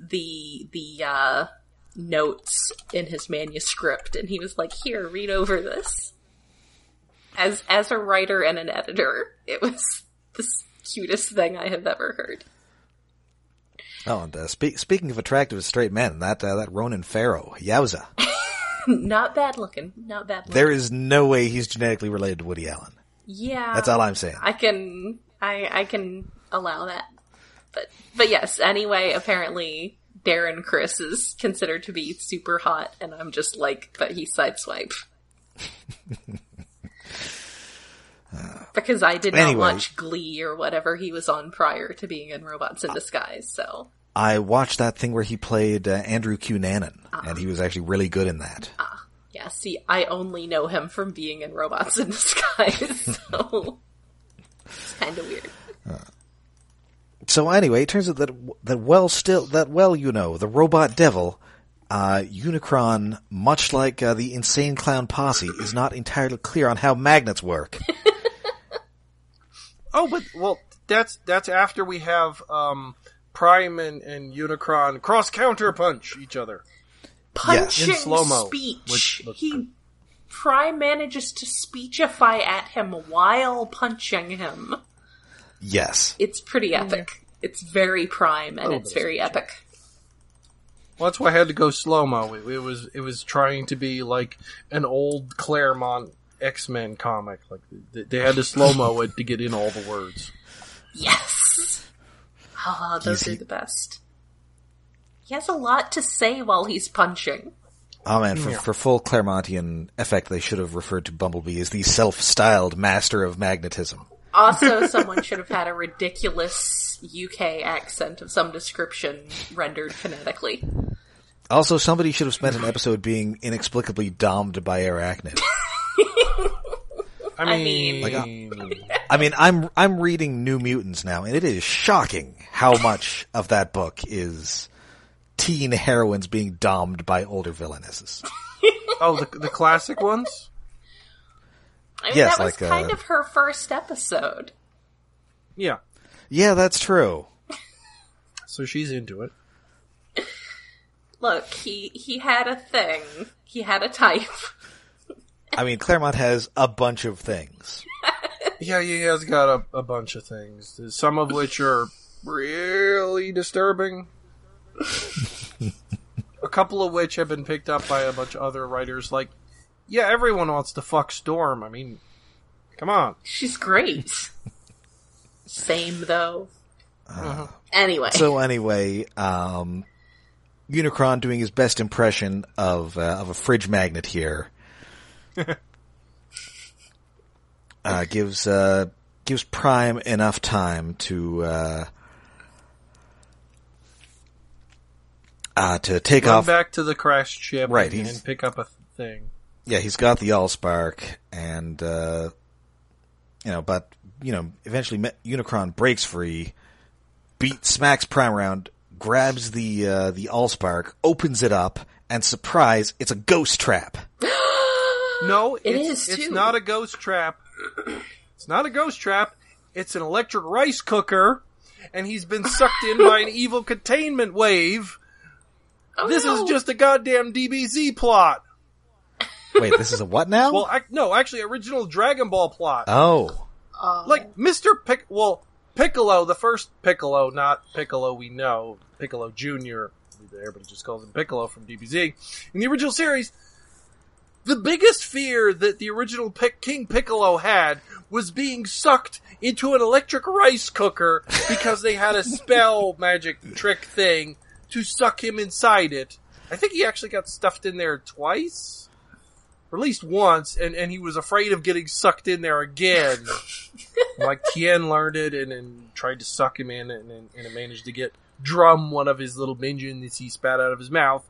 [SPEAKER 2] the the uh, notes in his manuscript, and he was like, "Here, read over this." As as a writer and an editor, it was the cutest thing I have ever heard.
[SPEAKER 1] Oh, and uh, spe- speaking of attractive straight men, that uh, that Ronan Farrow, yowza!
[SPEAKER 2] Not bad looking. Not bad. Looking.
[SPEAKER 1] There is no way he's genetically related to Woody Allen.
[SPEAKER 2] yeah,
[SPEAKER 1] That's all I'm saying.
[SPEAKER 2] I can I I can allow that. But but yes, anyway, apparently Darren Chris is considered to be super hot and I'm just like, but he sideswipe. because I did not
[SPEAKER 1] Anyway.
[SPEAKER 2] watch Glee or whatever he was on prior to being in Robots in Disguise, so
[SPEAKER 1] I watched that thing where he played uh, Andrew Cunanan, and he was actually really good in that.
[SPEAKER 2] yeah, see, I only know him from being in Robots in Disguise, so it's kinda weird.
[SPEAKER 1] So anyway, it turns out that that well still that well you know the robot devil, uh, Unicron, much like uh, the insane clown posse, is not entirely clear on how magnets work.
[SPEAKER 3] Oh, but well, that's that's after we have um, Prime and, and Unicron cross counter punch each other.
[SPEAKER 1] Yes.
[SPEAKER 2] punching
[SPEAKER 1] In
[SPEAKER 3] slow-mo,
[SPEAKER 2] speech.
[SPEAKER 3] which looks
[SPEAKER 2] he Prime manages to speechify at him while punching him.
[SPEAKER 1] yes,
[SPEAKER 2] It's pretty epic. It's very Prime,
[SPEAKER 1] Oh,
[SPEAKER 2] and it's very epic.
[SPEAKER 3] Well, that's why I had to go slow mo. It, it was it was trying to be like an old Claremont X Men comic. Like they, they had to slow mo it to get in all the words.
[SPEAKER 2] Yes. Ah, those
[SPEAKER 1] Easy.
[SPEAKER 2] are the best. He has a lot to say while he's punching.
[SPEAKER 1] oh man, for, for full Claremontian effect, they should have referred to Bumblebee as the self-styled master of magnetism.
[SPEAKER 2] Also, someone should have had a ridiculous UK accent of some description rendered phonetically.
[SPEAKER 1] Also, somebody should have spent an episode being inexplicably domed by arachnid.
[SPEAKER 3] I
[SPEAKER 2] mean-
[SPEAKER 3] mean,
[SPEAKER 1] Like, uh, I mean, I'm I'm reading New Mutants now, and it is shocking how much of that book is teen heroines being domed by older villainesses.
[SPEAKER 3] oh, the, the classic ones.
[SPEAKER 2] I mean,
[SPEAKER 1] Yes,
[SPEAKER 2] that was
[SPEAKER 1] like, uh,
[SPEAKER 2] kind of her first episode.
[SPEAKER 3] Yeah,
[SPEAKER 1] Yeah, that's true.
[SPEAKER 3] so she's into it.
[SPEAKER 2] look, he he had a thing. He had a type.
[SPEAKER 1] I mean, Claremont has a bunch of things.
[SPEAKER 3] Yeah, he has got a, a bunch of things, some of which are really disturbing. a couple of which have been picked up by a bunch of other writers. Like, yeah, everyone wants to fuck Storm. I mean, come on.
[SPEAKER 2] She's great. Same though.
[SPEAKER 3] Uh-huh.
[SPEAKER 2] Anyway,
[SPEAKER 1] So anyway, um, Unicron doing his best impression of uh, of a fridge magnet here. uh, gives uh, gives Prime enough time to uh, uh, to take
[SPEAKER 3] Come
[SPEAKER 1] off.
[SPEAKER 3] back to the crashed ship
[SPEAKER 1] Right,
[SPEAKER 3] and,
[SPEAKER 1] he's-
[SPEAKER 3] and pick up a thing.
[SPEAKER 1] Yeah, he's got the Allspark, and uh, you know, but you know, eventually Me- Unicron breaks free, beat smacks Prime around, grabs the uh, the Allspark, opens it up, and surprise, it's a ghost trap.
[SPEAKER 3] No, it's,
[SPEAKER 2] is,
[SPEAKER 3] It's
[SPEAKER 2] too.
[SPEAKER 3] not a ghost trap. It's not a ghost trap. It's an electric rice cooker and he's been sucked in by an evil containment wave.
[SPEAKER 2] Oh,
[SPEAKER 3] This
[SPEAKER 2] no.
[SPEAKER 3] is just a goddamn DBZ plot.
[SPEAKER 1] Wait, this is a what now?
[SPEAKER 3] Well, ac no, actually, original Dragon Ball plot.
[SPEAKER 1] oh,
[SPEAKER 2] Oh.
[SPEAKER 3] like Mr. Pic, well, Piccolo, the first Piccolo, not Piccolo we know, Piccolo Junior. Everybody just calls him Piccolo from DBZ. In the original series, the biggest fear that the original Pic- King Piccolo had was being sucked into an electric rice cooker because they had a spell magic trick thing to suck him inside it. I think he actually got stuffed in there twice, or at least once, and, and he was afraid of getting sucked in there again. like Tien learned it and, and tried to suck him in, and, and, and it managed to get Drum one of his little minions he spat out of his mouth.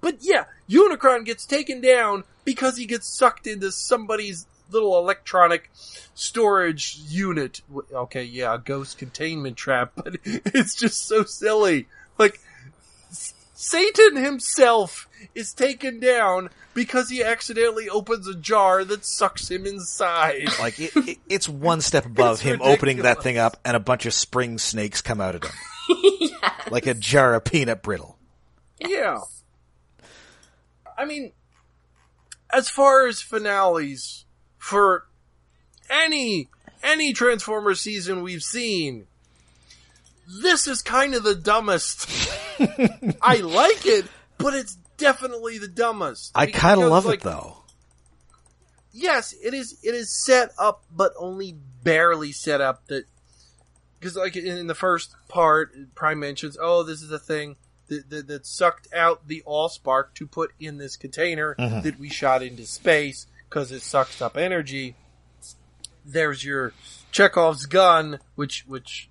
[SPEAKER 3] But yeah, Unicron gets taken down because he gets sucked into somebody's little electronic storage unit. W- Okay, yeah, a ghost containment trap, but it's just so silly. Like, S- Satan himself is taken down because he accidentally opens a jar that sucks him inside.
[SPEAKER 1] like it, it, it's one step above
[SPEAKER 3] It's
[SPEAKER 1] him opening that
[SPEAKER 3] ridiculous.
[SPEAKER 1] thing up, and a bunch of spring snakes come out of him, like a jar of peanut brittle.
[SPEAKER 3] Yeah. I mean, as far as finales for any any Transformers season we've seen, this is kind of the dumbest. I like it, but it's definitely the dumbest.
[SPEAKER 1] I kind of
[SPEAKER 3] Because,
[SPEAKER 1] love
[SPEAKER 3] like,
[SPEAKER 1] it though.
[SPEAKER 3] yes, it is. It is set up, but only barely set up. That because, like in, in the first part, Prime mentions, "Oh, this is the thing that, that, that sucked out the Allspark to put in this container that we shot into space because it sucks up energy." There's your Chekhov's gun, which which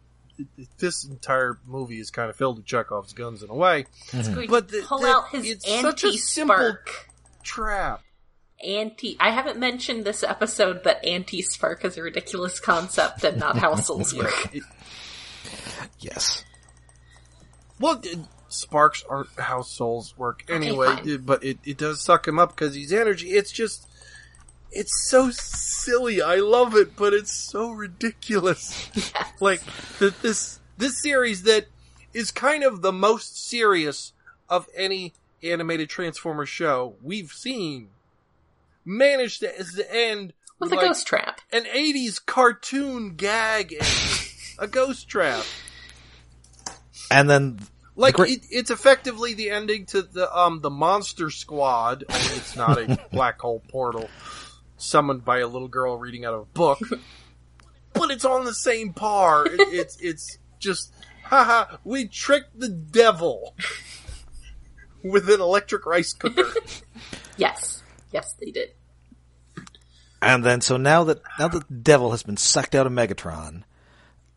[SPEAKER 3] this entire movie is kind of filled with Chekhov's guns in a way. but the-
[SPEAKER 2] pull
[SPEAKER 3] the-
[SPEAKER 2] out his
[SPEAKER 3] it's such a
[SPEAKER 2] anti
[SPEAKER 3] simple-
[SPEAKER 2] spark.
[SPEAKER 3] Trap.
[SPEAKER 2] Anti. I haven't mentioned this episode that anti spark is a ridiculous concept and not how souls work.
[SPEAKER 3] It-
[SPEAKER 1] Yes.
[SPEAKER 3] Well, d- sparks aren't how souls work anyway,
[SPEAKER 2] fine.
[SPEAKER 3] d- but it, it does suck him up because he's energy. It's just, it's so silly. I love it, but it's so ridiculous. Like that this this series that is kind of the most serious of any animated Transformer show we've seen managed to, is the end
[SPEAKER 2] With a
[SPEAKER 3] like,
[SPEAKER 2] ghost trap.
[SPEAKER 3] an 80s cartoon gag and a ghost trap.
[SPEAKER 1] And then
[SPEAKER 3] Like
[SPEAKER 1] The gre-
[SPEAKER 3] it, it's effectively the ending to the um the Monster Squad. Only it's not a black hole portal summoned by a little girl reading out of a book, but it's on the same par. It, it's it's just haha. We tricked the devil with an electric rice cooker.
[SPEAKER 2] Yes. Yes, they did.
[SPEAKER 1] And then, so now that now that the devil has been sucked out of Megatron,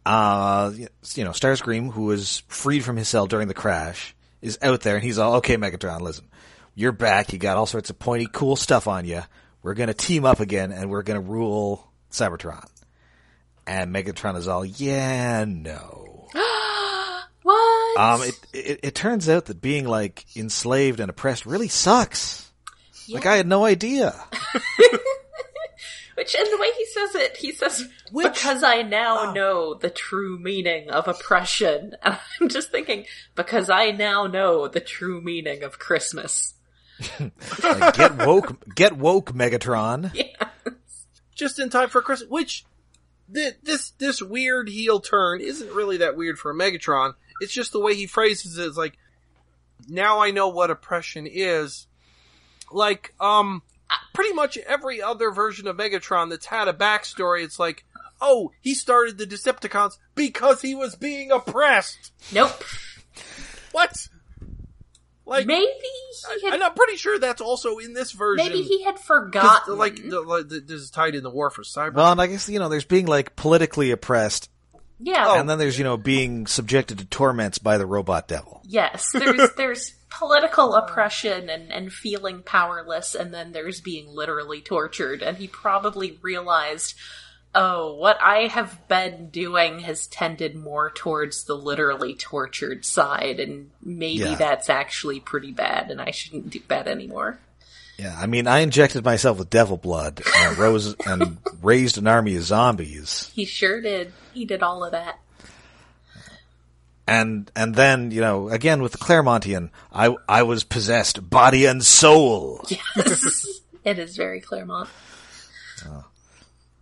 [SPEAKER 1] uh, you know, Starscream, who was freed from his cell during the crash, is out there, and he's all, "Okay, Megatron, listen, you're back. You got all sorts of pointy, cool stuff on you. We're gonna team up again, and we're gonna rule Cybertron." And Megatron is all, "Yeah, no."
[SPEAKER 2] What?
[SPEAKER 1] Um, it, it it turns out that being like enslaved and oppressed really sucks. Like I had no idea.
[SPEAKER 2] Which, and the way he says it, he says,
[SPEAKER 3] Which- Ah.
[SPEAKER 2] because I now know the true meaning of oppression. And I'm just thinking, because I now know the true meaning of Christmas.
[SPEAKER 1] Like, get woke, get woke, Megatron.
[SPEAKER 3] just in time for Christmas. Which th- this this weird heel turn isn't really that weird for Megatron. It's just the way he phrases it. It's like, now I know what oppression is. Like, um, pretty much every other version of Megatron that's had a backstory, it's like, oh, he started the Decepticons because he was being oppressed.
[SPEAKER 2] Nope.
[SPEAKER 3] What? Like,
[SPEAKER 2] Maybe he had,
[SPEAKER 3] and I'm pretty sure that's also in this version.
[SPEAKER 2] maybe he had
[SPEAKER 3] 'Cause,
[SPEAKER 2] forgotten.
[SPEAKER 3] like, the, like, the- this is tied in the war for Cyber.
[SPEAKER 1] Well, and I guess you know, there's being like politically oppressed,
[SPEAKER 3] Oh,
[SPEAKER 2] yeah.
[SPEAKER 1] and then there's you know being subjected to torments by the robot devil.
[SPEAKER 2] Yes, there's there's political oppression and, and feeling powerless, and then there's being literally tortured. And he probably realized, oh, what I have been doing has tended more towards the literally tortured side, and maybe
[SPEAKER 1] Yeah.
[SPEAKER 2] that's actually pretty bad, and I shouldn't do that anymore.
[SPEAKER 1] Yeah, I mean, I injected myself with devil blood and I rose and raised an army of zombies.
[SPEAKER 2] He sure did. He did all of that.
[SPEAKER 1] and and then you know again with the Claremontian, I I was possessed body and soul.
[SPEAKER 2] Yes. it is very Claremont.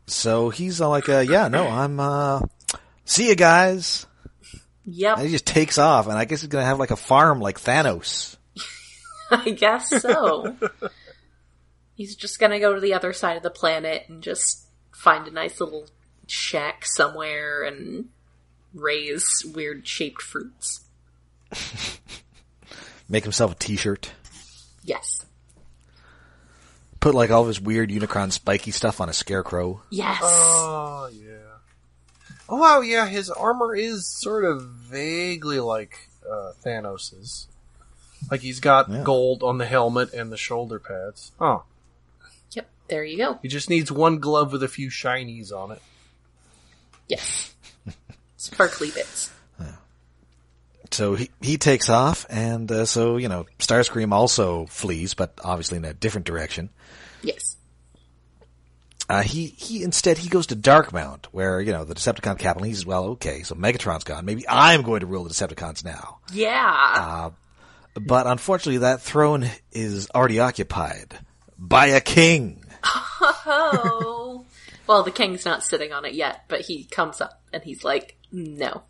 [SPEAKER 1] So he's all like, uh, yeah, no, I'm. uh See you guys. And
[SPEAKER 2] Yep,
[SPEAKER 1] he just takes off, and I guess he's gonna have like a farm like Thanos.
[SPEAKER 2] I guess so. He's just gonna go to the other side of the planet and just find a nice little shack somewhere and raise weird shaped fruits.
[SPEAKER 1] Make himself a T-shirt.
[SPEAKER 2] Yes.
[SPEAKER 1] Put like all of his weird Unicron spiky stuff on a scarecrow.
[SPEAKER 2] Yes.
[SPEAKER 3] Oh yeah. Oh wow, yeah. His armor is sort of vaguely like uh, Thanos's. Like he's got
[SPEAKER 1] Yeah.
[SPEAKER 3] gold on the helmet and the shoulder pads. Oh,
[SPEAKER 2] Yep, there you go.
[SPEAKER 3] he just needs one glove with a few shinies on it.
[SPEAKER 2] Yes. Sparkly bits.
[SPEAKER 1] So he he takes off, and uh, so you know Starscream also flees, but obviously in a different direction.
[SPEAKER 2] Yes.
[SPEAKER 1] Uh, he he instead he goes to Darkmount, where you know the Decepticon capital. He's well, okay, so Megatron's gone. Maybe I'm going to rule the Decepticons now.
[SPEAKER 2] Yeah.
[SPEAKER 1] But unfortunately, that throne is already occupied by a king.
[SPEAKER 2] oh. well, the king's not sitting on it yet, but he comes up and he's like, no.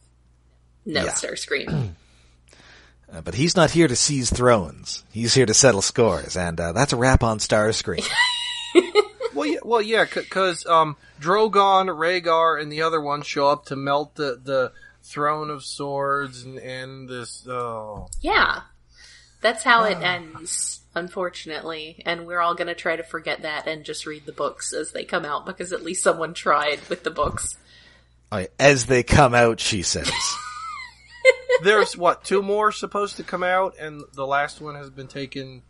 [SPEAKER 2] No,
[SPEAKER 1] Yeah.
[SPEAKER 2] Starscream.
[SPEAKER 1] Uh, but he's not here to seize thrones. He's here to settle scores, and uh, that's a wrap on Starscream.
[SPEAKER 3] Well, yeah, well, yeah, because um, Drogon, Rhaegar, and the other ones show up to melt the, the throne of swords and, and this. Oh,
[SPEAKER 2] yeah. That's how
[SPEAKER 3] Ah.
[SPEAKER 2] it ends, unfortunately. And we're all going to try to forget that and just read the books as they come out because at least someone tried with the books.
[SPEAKER 1] All right, As they come out, she says.
[SPEAKER 3] there's what two more supposed to come out, and the last one has been taken.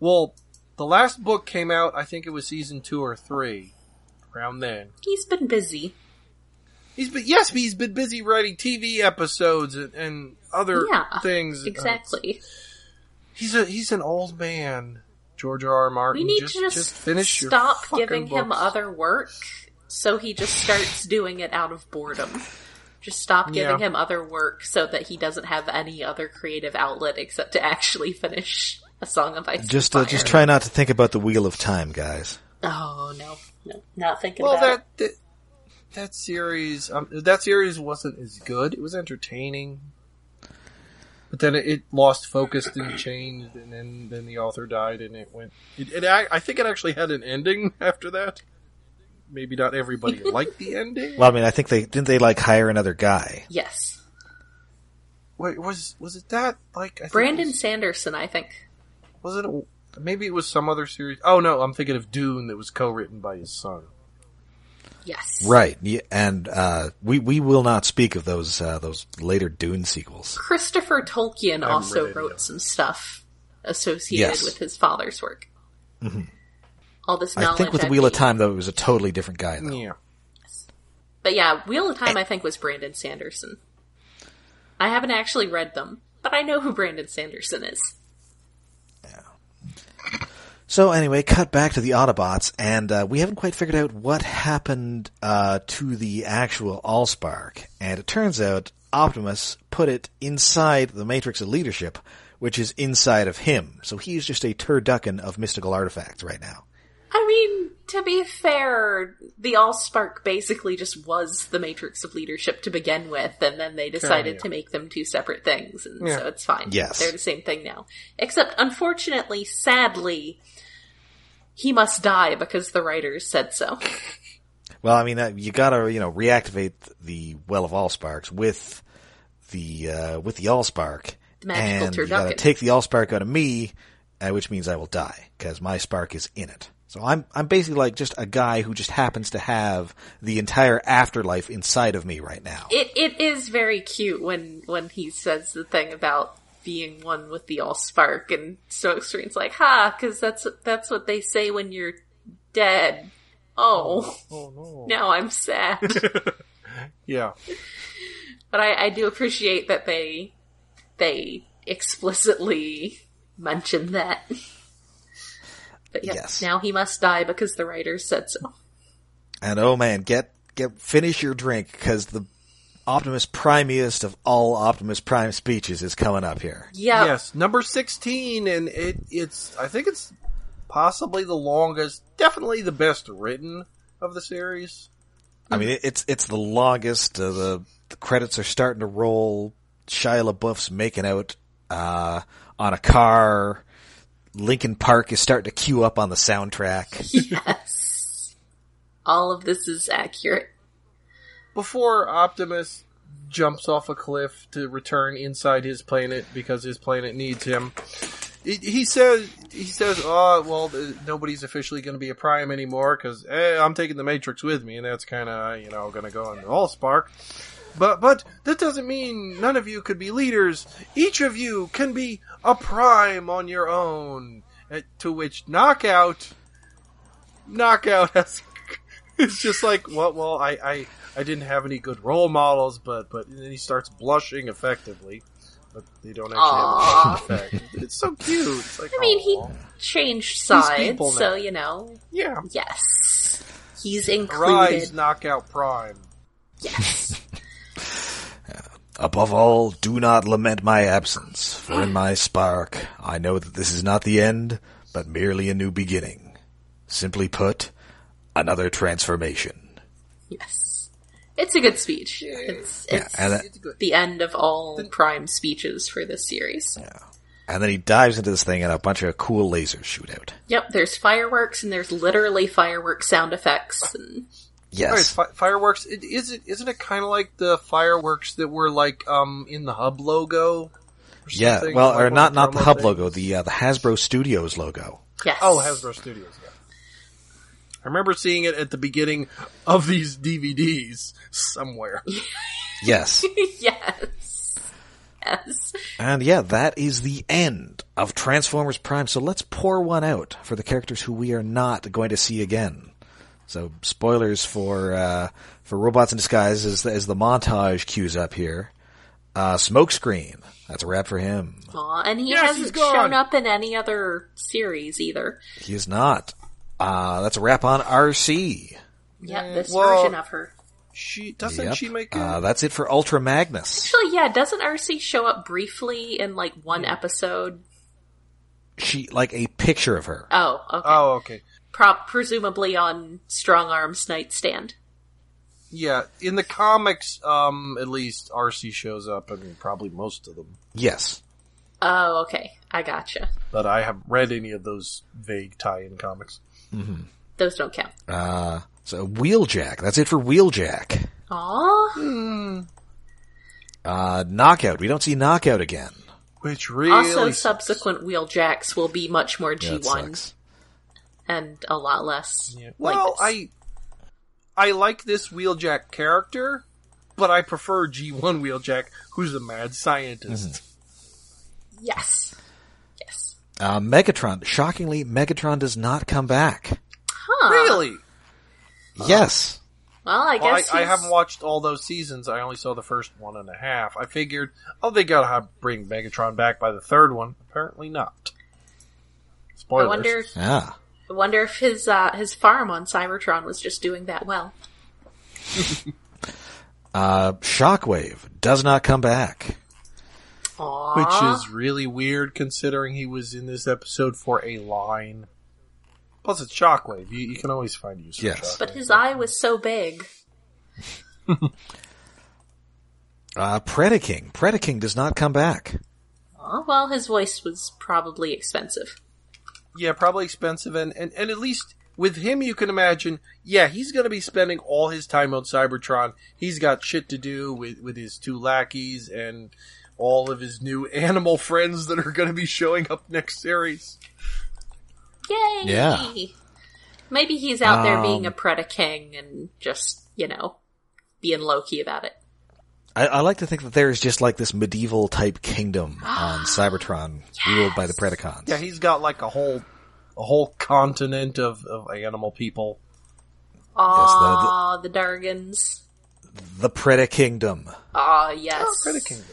[SPEAKER 3] Well, the last book came out. I think it was season two or three, around then.
[SPEAKER 2] He's been busy.
[SPEAKER 3] He's been yes, but he's been busy writing TV episodes and, and other
[SPEAKER 2] Yeah,
[SPEAKER 3] things. Uh,
[SPEAKER 2] Exactly.
[SPEAKER 3] he's a he's an old man. George R. R. Martin.
[SPEAKER 2] We need
[SPEAKER 3] just,
[SPEAKER 2] to just,
[SPEAKER 3] finish your
[SPEAKER 2] stop
[SPEAKER 3] fucking
[SPEAKER 2] giving him
[SPEAKER 3] books.
[SPEAKER 2] other work so he just starts doing it out of boredom. Just stop giving
[SPEAKER 3] Yeah.
[SPEAKER 2] him other work so that he doesn't have any other creative outlet except to actually finish a song of ice. and
[SPEAKER 1] just uh,
[SPEAKER 2] Fire.
[SPEAKER 1] just try not to think about the wheel of time, guys.
[SPEAKER 2] Oh no, no, not thinking
[SPEAKER 3] Well,
[SPEAKER 2] about
[SPEAKER 3] that, that that series, um, that series wasn't as good. It was entertaining, but then it, it lost focus and changed, and then then the author died, and it went. It, it ac- I think it actually had an ending after that. Maybe not everybody liked the ending.
[SPEAKER 1] Well, I mean, I think they didn't they like hire another guy.
[SPEAKER 2] it. Yes,
[SPEAKER 3] Wait, was was it that like I think
[SPEAKER 2] Brandon
[SPEAKER 3] it
[SPEAKER 2] Sanderson, I think.
[SPEAKER 3] Was, was it? a- maybe it was some other series. Oh no, I'm thinking of Dune that was co-written by his son.
[SPEAKER 2] Yes,
[SPEAKER 1] Right, yeah, and uh, we we will not speak of those uh, those later Dune sequels.
[SPEAKER 2] Christopher Tolkien
[SPEAKER 3] haven't read
[SPEAKER 2] also
[SPEAKER 3] any of
[SPEAKER 2] wrote
[SPEAKER 3] it.
[SPEAKER 2] some stuff associated
[SPEAKER 1] Yes. Mm-hmm.
[SPEAKER 2] with his father's work. All this knowledge.
[SPEAKER 1] I think with the Wheel of
[SPEAKER 2] gained.
[SPEAKER 1] Time, though, it was a totally different guy. Though.
[SPEAKER 3] Yeah.
[SPEAKER 2] But yeah, Wheel of Time I think was Brandon Sanderson. I haven't actually read them, but I know who Brandon Sanderson is.
[SPEAKER 1] So anyway, cut back to the Autobots, and uh, we haven't quite figured out what happened uh, to the actual Allspark. And it turns out Optimus put it inside the Matrix of Leadership, which is inside of him. So he's just a turducken of mystical artifacts right now.
[SPEAKER 2] I mean, to be fair, the Allspark basically just was the matrix of leadership to begin with, and then they decided
[SPEAKER 3] Oh, yeah.
[SPEAKER 2] to make them two separate things, and
[SPEAKER 3] Yeah.
[SPEAKER 2] so it's fine.
[SPEAKER 1] Yes.
[SPEAKER 2] They're the same thing now. Except, unfortunately, sadly, he must die because the writers said so.
[SPEAKER 1] Well, I mean, uh, you gotta, you know, reactivate the Well of Allsparks with the, uh, with the Allspark.
[SPEAKER 2] The magical
[SPEAKER 1] and you gotta
[SPEAKER 2] turducken.
[SPEAKER 1] take the Allspark out of me, uh, which means I will die, because my spark is in it. So I'm, I'm basically like just a guy who just happens to have the entire afterlife inside of me right now.
[SPEAKER 2] it it is very cute when when he says the thing about being one with the all spark and so Screen's like ha because that's that's what they say when you're dead oh
[SPEAKER 3] Oh no.
[SPEAKER 2] now i'm sad
[SPEAKER 3] Yeah.
[SPEAKER 2] but I, I do appreciate that they they explicitly mention that but yeah,
[SPEAKER 1] Yes.
[SPEAKER 2] now he must die because the writers said so
[SPEAKER 1] And oh man, get, get, finish your drink, because the Optimus Primiest of all Optimus Prime speeches is coming up here.
[SPEAKER 2] Yeah.
[SPEAKER 3] Yes, number 16 and it it's I think it's possibly the longest, definitely the best written of the series.
[SPEAKER 1] I mean, it, it's it's the longest. Uh, the, the credits are starting to roll. Shia LaBeouf's making out uh, on a car. Lincoln Park is starting to queue up on the soundtrack.
[SPEAKER 2] Yes. All of this is accurate.
[SPEAKER 3] Before Optimus jumps off a cliff to return inside his planet because his planet needs him. He, he says he says, "Oh, well, th- nobody's officially going to be a prime anymore because hey, I'm taking the Matrix with me, and that's kind of you know going to go into Allspark." But but that doesn't mean none of you could be leaders. Each of you can be a prime on your own. At, to which Knockout, Knockout has, it's just like, well, well, I, I I didn't have any good role models, but but and then he starts blushing effectively. But they don't actually
[SPEAKER 2] Aw.
[SPEAKER 3] have a effect. It's so cute. It's like,
[SPEAKER 2] I mean, he
[SPEAKER 3] aw.
[SPEAKER 2] changed
[SPEAKER 3] He's people
[SPEAKER 2] sides,
[SPEAKER 3] now.
[SPEAKER 2] so you know.
[SPEAKER 3] yeah.
[SPEAKER 2] Yes. He's
[SPEAKER 3] Rise,
[SPEAKER 2] included.
[SPEAKER 3] knockout prime.
[SPEAKER 2] Yes.
[SPEAKER 1] Above all, do not lament my absence, for in my spark, I know that this is not the end, but merely a new beginning. Simply put, another transformation.
[SPEAKER 2] Yes. It's a good speech. It's it's
[SPEAKER 1] and that-
[SPEAKER 3] It's good.
[SPEAKER 2] the end of all prime speeches for this series.
[SPEAKER 1] And then he dives into this thing and a bunch of cool lasers shoot out.
[SPEAKER 2] Yep, there's fireworks and there's literally fireworks sound effects and
[SPEAKER 3] All right,
[SPEAKER 1] Yes.
[SPEAKER 3] fi- fireworks. It, is it isn't it kind of like the fireworks that were like um in the hub logo? or
[SPEAKER 1] Yeah,
[SPEAKER 3] something?
[SPEAKER 1] well,
[SPEAKER 3] Like
[SPEAKER 1] or
[SPEAKER 3] one
[SPEAKER 1] not,
[SPEAKER 3] of
[SPEAKER 1] not the
[SPEAKER 3] promo
[SPEAKER 1] hub
[SPEAKER 3] things?
[SPEAKER 1] logo, the, uh, the Hasbro Studios logo.
[SPEAKER 2] yes.
[SPEAKER 3] Oh, Hasbro Studios. Yeah. I remember seeing it at the beginning of these DVDs somewhere.
[SPEAKER 1] Yes.
[SPEAKER 2] yes. Yes.
[SPEAKER 1] And yeah, that is the end of Transformers Prime. So let's pour one out for the characters who we are not going to see again. So spoilers for uh, for Robots in Disguise as the, as the montage cues up here. Uh, Smokescreen, that's a wrap for him.
[SPEAKER 2] Aw, and he
[SPEAKER 3] Yes, he's
[SPEAKER 2] hasn't
[SPEAKER 3] gone.
[SPEAKER 2] shown up in any other series either.
[SPEAKER 1] He is not. Uh, that's a wrap on RC.
[SPEAKER 2] Yeah, this
[SPEAKER 3] Mm, well-
[SPEAKER 2] version of her.
[SPEAKER 3] She doesn't
[SPEAKER 1] Yep.
[SPEAKER 3] she make a
[SPEAKER 1] Uh, that's it for Ultra Magnus.
[SPEAKER 2] Actually, yeah, doesn't RC show up briefly in like one
[SPEAKER 3] Hmm.
[SPEAKER 2] episode?
[SPEAKER 1] She like a picture of her.
[SPEAKER 2] Oh, okay.
[SPEAKER 3] Oh, okay.
[SPEAKER 2] Prop presumably on Strong Arm's nightstand.
[SPEAKER 3] Yeah, in the comics, um, at least RC shows up. I mean, probably most of them,
[SPEAKER 1] Yes.
[SPEAKER 2] Oh, okay. I gotcha.
[SPEAKER 3] but I haven't read any of those vague tie-in comics.
[SPEAKER 2] Those don't count.
[SPEAKER 1] Uh, so Wheeljack. That's it for Wheeljack.
[SPEAKER 2] Aw.
[SPEAKER 1] Uh, Knockout. We don't see Knockout again.
[SPEAKER 3] Which really
[SPEAKER 2] Also,
[SPEAKER 3] sucks.
[SPEAKER 2] subsequent wheeljacks will be much more
[SPEAKER 1] Yeah, that
[SPEAKER 2] G1
[SPEAKER 1] sucks.
[SPEAKER 2] and a lot less. like
[SPEAKER 3] Well,
[SPEAKER 2] this.
[SPEAKER 3] I I like this Wheeljack character, but I prefer G1 Wheeljack, who's a mad scientist.
[SPEAKER 2] Yes. Yes.
[SPEAKER 1] Uh, Megatron. Shockingly, Megatron does not come back.
[SPEAKER 2] Huh.
[SPEAKER 3] Really?
[SPEAKER 1] yes.
[SPEAKER 2] Well, I
[SPEAKER 3] Well, I,
[SPEAKER 2] guess
[SPEAKER 3] I
[SPEAKER 2] he's-
[SPEAKER 3] haven't watched all those seasons. I only saw the first one and a half. I figured, oh, they gotta have, bring Megatron back by the third one. Apparently not.
[SPEAKER 2] I
[SPEAKER 3] Spoilers.
[SPEAKER 2] wonder. If,
[SPEAKER 1] Yeah.
[SPEAKER 2] I wonder if his uh, his farm on Cybertron was just doing that well.
[SPEAKER 1] Uh, Shockwave does not come back.
[SPEAKER 2] Aww.
[SPEAKER 3] Which is really weird considering he was in this episode for a line. Plus, it's Shockwave. You, you can always find use for
[SPEAKER 1] Yes.
[SPEAKER 3] Shockwave.
[SPEAKER 2] But his eye was so big.
[SPEAKER 1] Uh, Predaking. Predaking does not come back.
[SPEAKER 2] Oh, well, his voice was probably expensive.
[SPEAKER 3] Yeah, probably expensive, and, and, and at least with him, you can imagine. Yeah, he's going to be spending all his time on Cybertron. He's got shit to do with with his two lackeys and all of his new animal friends that are going to be showing up next series.
[SPEAKER 2] Yay!
[SPEAKER 1] Yeah.
[SPEAKER 2] Maybe he's out there being a
[SPEAKER 1] Um,
[SPEAKER 2] Preda King and just, you know, being low key about it.
[SPEAKER 1] I, I like to think that there is just like this medieval type kingdom on Cybertron ruled by the Predacons.
[SPEAKER 3] Yeah, he's got like a whole a whole continent of of animal people.
[SPEAKER 2] Aw, the, Dargans.
[SPEAKER 1] the Preda Kingdom.
[SPEAKER 2] Aw, yes.
[SPEAKER 3] Oh, Critic Kingdom.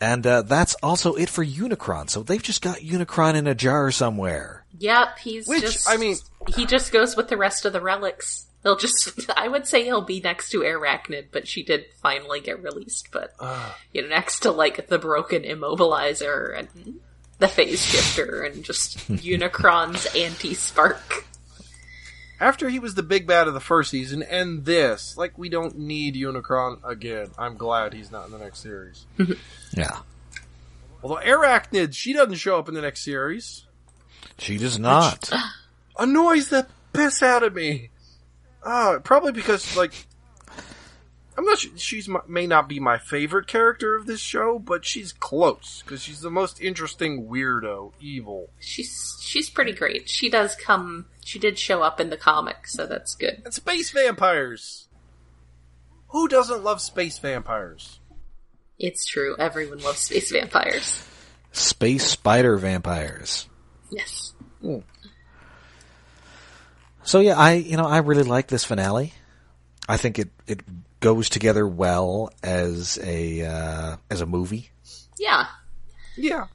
[SPEAKER 1] And uh, that's also it for Unicron. So they've just got Unicron in a jar somewhere.
[SPEAKER 2] Yep, he's
[SPEAKER 3] Which,
[SPEAKER 2] just.
[SPEAKER 3] I mean-
[SPEAKER 2] He just goes with the rest of the relics. They'll just, I would say he'll be next to Arachnid, but she did finally get released, but,
[SPEAKER 3] Ugh.
[SPEAKER 2] you know, next to, like, the broken immobilizer and the phase shifter and just Unicron's anti spark.
[SPEAKER 3] After he was the big bad of the first season, and this, like, we don't need Unicron again. I'm glad he's not in the next series.
[SPEAKER 1] Yeah.
[SPEAKER 3] Although Arachnid, she doesn't show up in the next series.
[SPEAKER 1] She does not.
[SPEAKER 3] Annoys the piss out of me. Uh, probably because, like, I'm not sure, she's my, may not be my favorite character of this show, but she's close, because she's the most interesting weirdo, evil.
[SPEAKER 2] She's, she's pretty great. She does come, she did show up in the comic, so that's good.
[SPEAKER 3] And space vampires! Who doesn't love space vampires?
[SPEAKER 2] It's true. Everyone loves space vampires.
[SPEAKER 1] Space spider vampires.
[SPEAKER 2] Yes.
[SPEAKER 1] So yeah, I you know I really like this finale. I think it it goes together well as a uh, as a movie.
[SPEAKER 2] Yeah.
[SPEAKER 3] Yeah.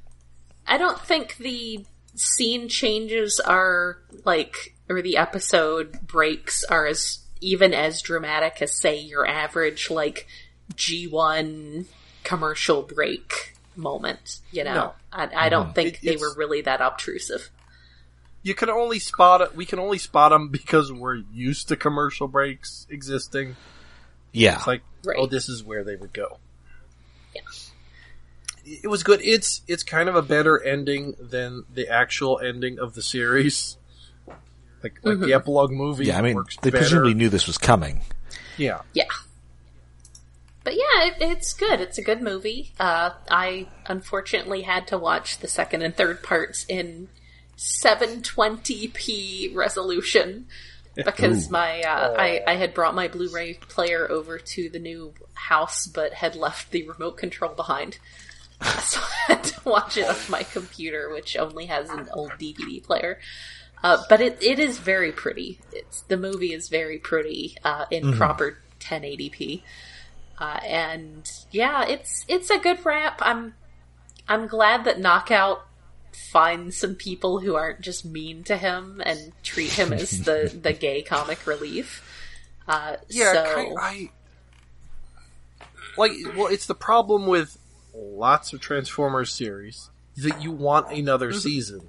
[SPEAKER 2] I don't think the scene changes are like or the episode breaks are as even as dramatic as say your average like G1 commercial break moment, you know.
[SPEAKER 3] No. Mm-hmm.
[SPEAKER 2] I, I don't think
[SPEAKER 3] It-
[SPEAKER 2] they
[SPEAKER 3] it's-
[SPEAKER 2] were really that obtrusive.
[SPEAKER 3] you can only spot it. We can only spot them because we're used to commercial breaks existing.
[SPEAKER 1] Yeah,
[SPEAKER 3] It's like,
[SPEAKER 2] Right.
[SPEAKER 3] oh, this is where they would go.
[SPEAKER 2] Yeah.
[SPEAKER 3] It was good. It's it's kind of a better ending than the actual ending of the series. Like like
[SPEAKER 2] Mm-hmm.
[SPEAKER 3] the epilogue movie.
[SPEAKER 1] yeah. I mean,
[SPEAKER 3] works
[SPEAKER 1] they
[SPEAKER 3] better.
[SPEAKER 1] presumably knew this was coming.
[SPEAKER 3] yeah.
[SPEAKER 2] Yeah. But yeah, it, it's good. It's a good movie. Uh, I unfortunately had to watch the second and third parts in 720p resolution because my uh, I, I had brought my Blu-ray player over to the new house, but had left the remote control behind. So I had to watch it on my computer, which only has an old DVD player. Uh, but it, it is very pretty. It's the movie is very pretty uh, in proper 1080p, uh, and yeah, it's it's a good wrap. I'm I'm glad that Knockout finds some people who aren't just mean to him and treat him as the the gay comic relief. Uh,
[SPEAKER 3] Yeah,
[SPEAKER 2] so,
[SPEAKER 3] ki- I like. Well, it's the problem with lots of Transformers series is that you want another season.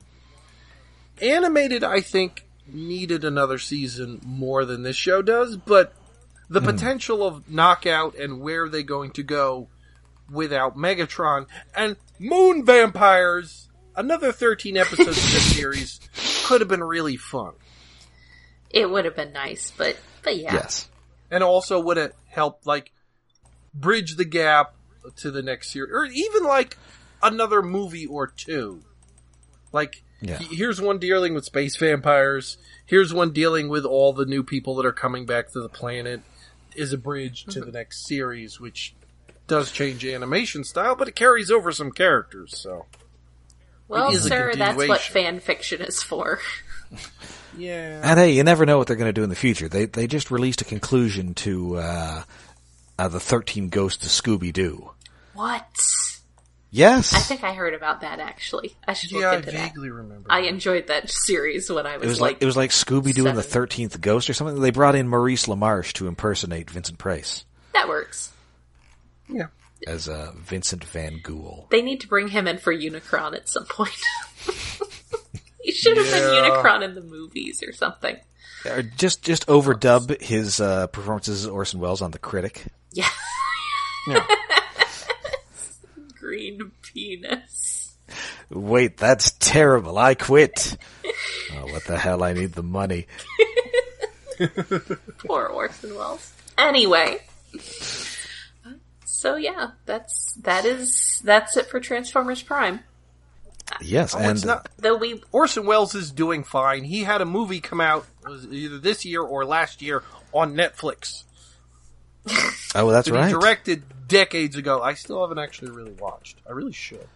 [SPEAKER 3] Animated, I think, needed another season more than this show does, but the potential of Knockout and where are they going to go without Megatron and Moon Vampires, another thirteen episodes of this series could have been really fun.
[SPEAKER 2] it would have been nice, but but yeah,
[SPEAKER 1] Yes.
[SPEAKER 3] and also would have helped like bridge the gap to the next year or even like another movie or two like
[SPEAKER 1] Yeah.
[SPEAKER 3] he- here's one dealing with space vampires here's one dealing with all the new people that are coming back to the planet is a bridge to the next series which does change animation style but it carries over some characters so
[SPEAKER 2] well,
[SPEAKER 3] is a
[SPEAKER 2] sir, that's what
[SPEAKER 3] continuation.
[SPEAKER 2] fan fiction is for.
[SPEAKER 3] yeah
[SPEAKER 1] And hey, you never know what they're going to do in the future. They they just released a conclusion to uh, uh, the Thirteen Ghosts of Scooby Doo.
[SPEAKER 2] What?
[SPEAKER 1] Yes,
[SPEAKER 2] I think I heard about that actually. I should look
[SPEAKER 3] yeah i
[SPEAKER 2] into that.
[SPEAKER 3] vaguely remember
[SPEAKER 2] I enjoyed that series when I was,
[SPEAKER 1] it was
[SPEAKER 2] like,
[SPEAKER 1] like it was like Scooby Doo and the
[SPEAKER 2] seven.
[SPEAKER 1] Thirteenth Ghost or something. They brought in Maurice LaMarche to impersonate Vincent Price
[SPEAKER 2] that works.
[SPEAKER 3] yeah
[SPEAKER 1] as uh, Vincent Van Gool.
[SPEAKER 2] They need to bring him in for Unicron at some point. he should have been
[SPEAKER 3] Yeah.
[SPEAKER 2] Unicron in the movies or something.
[SPEAKER 1] Or Uh, just just overdub his uh, performances as Orson Welles on The Critic.
[SPEAKER 2] Yeah.
[SPEAKER 3] Yeah.
[SPEAKER 2] Green penis.
[SPEAKER 1] Wait, that's terrible. I quit. oh, what the hell? I need the money.
[SPEAKER 2] Poor Orson Welles. Anyway. So yeah, that's that is that's it for Transformers Prime.
[SPEAKER 1] Yes,
[SPEAKER 3] Oh,
[SPEAKER 1] and
[SPEAKER 3] it's not-
[SPEAKER 2] Though we
[SPEAKER 3] Orson Welles is doing fine. He had a movie come out it was either this year or last year on Netflix
[SPEAKER 1] oh, that's
[SPEAKER 3] that
[SPEAKER 1] right.
[SPEAKER 3] he directed decades ago. I still haven't actually really watched. I really should.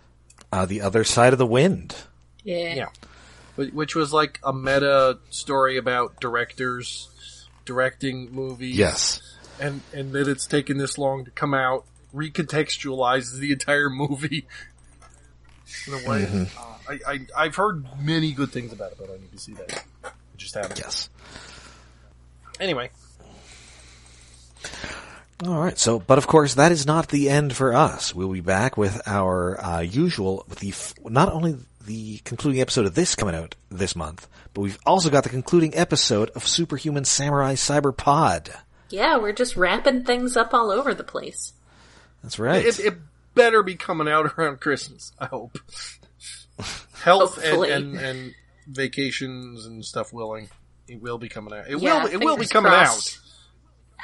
[SPEAKER 1] uh, the other side of the wind.
[SPEAKER 2] yeah.
[SPEAKER 3] Yeah, But- which was like a meta story about directors directing movies.
[SPEAKER 1] Yes,
[SPEAKER 3] and and that it's taken this long to come out recontextualizes the entire movie. In a way,
[SPEAKER 1] Mm-hmm.
[SPEAKER 3] Uh, I, I I've heard many good things about it, but I need to see that. I just haven't.
[SPEAKER 1] yes.
[SPEAKER 3] Anyway,
[SPEAKER 1] All right. So, but of course, that is not the end for us. We'll be back with our uh, usual, with the f- not only the concluding episode of this coming out this month, but we've also got the concluding episode of Superhuman Samurai Cyber Pod.
[SPEAKER 2] Yeah, we're just wrapping things up all over the place.
[SPEAKER 1] That's right.
[SPEAKER 3] it, it better be coming out around Christmas. I hope. Health and,
[SPEAKER 2] Hopefully.
[SPEAKER 3] and and vacations and stuff willing, it will be coming out. It
[SPEAKER 2] Yeah,
[SPEAKER 3] will. It will be
[SPEAKER 2] fingers
[SPEAKER 3] coming
[SPEAKER 2] crossed.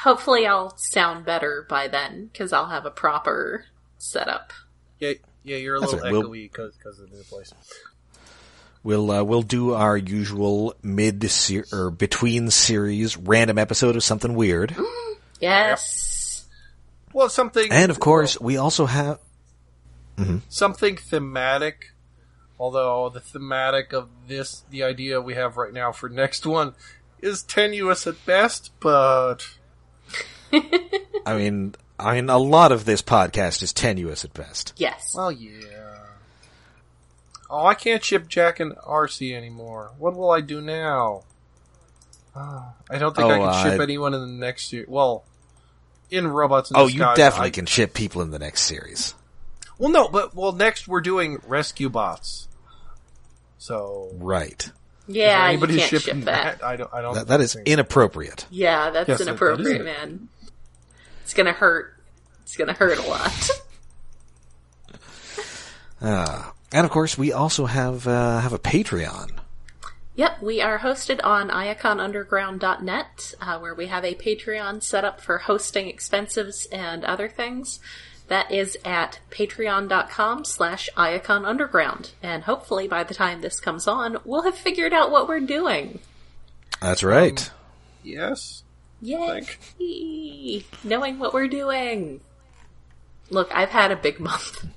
[SPEAKER 2] Hopefully, I'll sound better by then because I'll have a proper setup.
[SPEAKER 3] out. Yeah, yeah. You're a
[SPEAKER 1] That's
[SPEAKER 3] little
[SPEAKER 1] all right, we'll-
[SPEAKER 3] echoey because of the new place.
[SPEAKER 1] We'll uh, we'll do our usual mid ser- or between series random episode of something weird,
[SPEAKER 2] Yes.
[SPEAKER 3] Well, something
[SPEAKER 1] and of course we also have
[SPEAKER 3] something thematic. Although the thematic of this, the idea we have right now for next one is tenuous at best, but
[SPEAKER 1] I mean I mean a lot of this podcast is tenuous at best.
[SPEAKER 2] Yes.
[SPEAKER 3] well, yeah. Oh, I can't ship Jack and RC anymore. What will I do now? Ah, I don't think I
[SPEAKER 1] Oh,
[SPEAKER 3] can ship
[SPEAKER 1] uh,
[SPEAKER 3] anyone in the next year. Well, in robots. In
[SPEAKER 1] Oh, you
[SPEAKER 3] Disguise,
[SPEAKER 1] definitely
[SPEAKER 3] I-
[SPEAKER 1] can ship people in the next series.
[SPEAKER 3] Well, no, but well, next we're doing rescue bots. So
[SPEAKER 1] Right.
[SPEAKER 2] yeah, you
[SPEAKER 3] anybody
[SPEAKER 2] can't
[SPEAKER 3] shipping
[SPEAKER 2] ship that.
[SPEAKER 3] I don't. I don't.
[SPEAKER 1] That, that is
[SPEAKER 3] think-
[SPEAKER 1] inappropriate.
[SPEAKER 2] Yeah, that's
[SPEAKER 3] Yes, it- that is
[SPEAKER 2] inappropriate,
[SPEAKER 3] it.
[SPEAKER 2] man. It's gonna hurt. It's gonna hurt a lot.
[SPEAKER 1] Uh, and of course we also have uh, have a Patreon.
[SPEAKER 2] Yep, we are hosted on iaconunderground.net, uh, where we have a Patreon set up for hosting expenses and other things. That is at patreon.com slash iaconunderground. And hopefully by the time this comes on, we'll have figured out what we're doing.
[SPEAKER 1] That's right.
[SPEAKER 3] Yes.
[SPEAKER 2] Yay! Knowing what we're doing. Look, I've had a big month.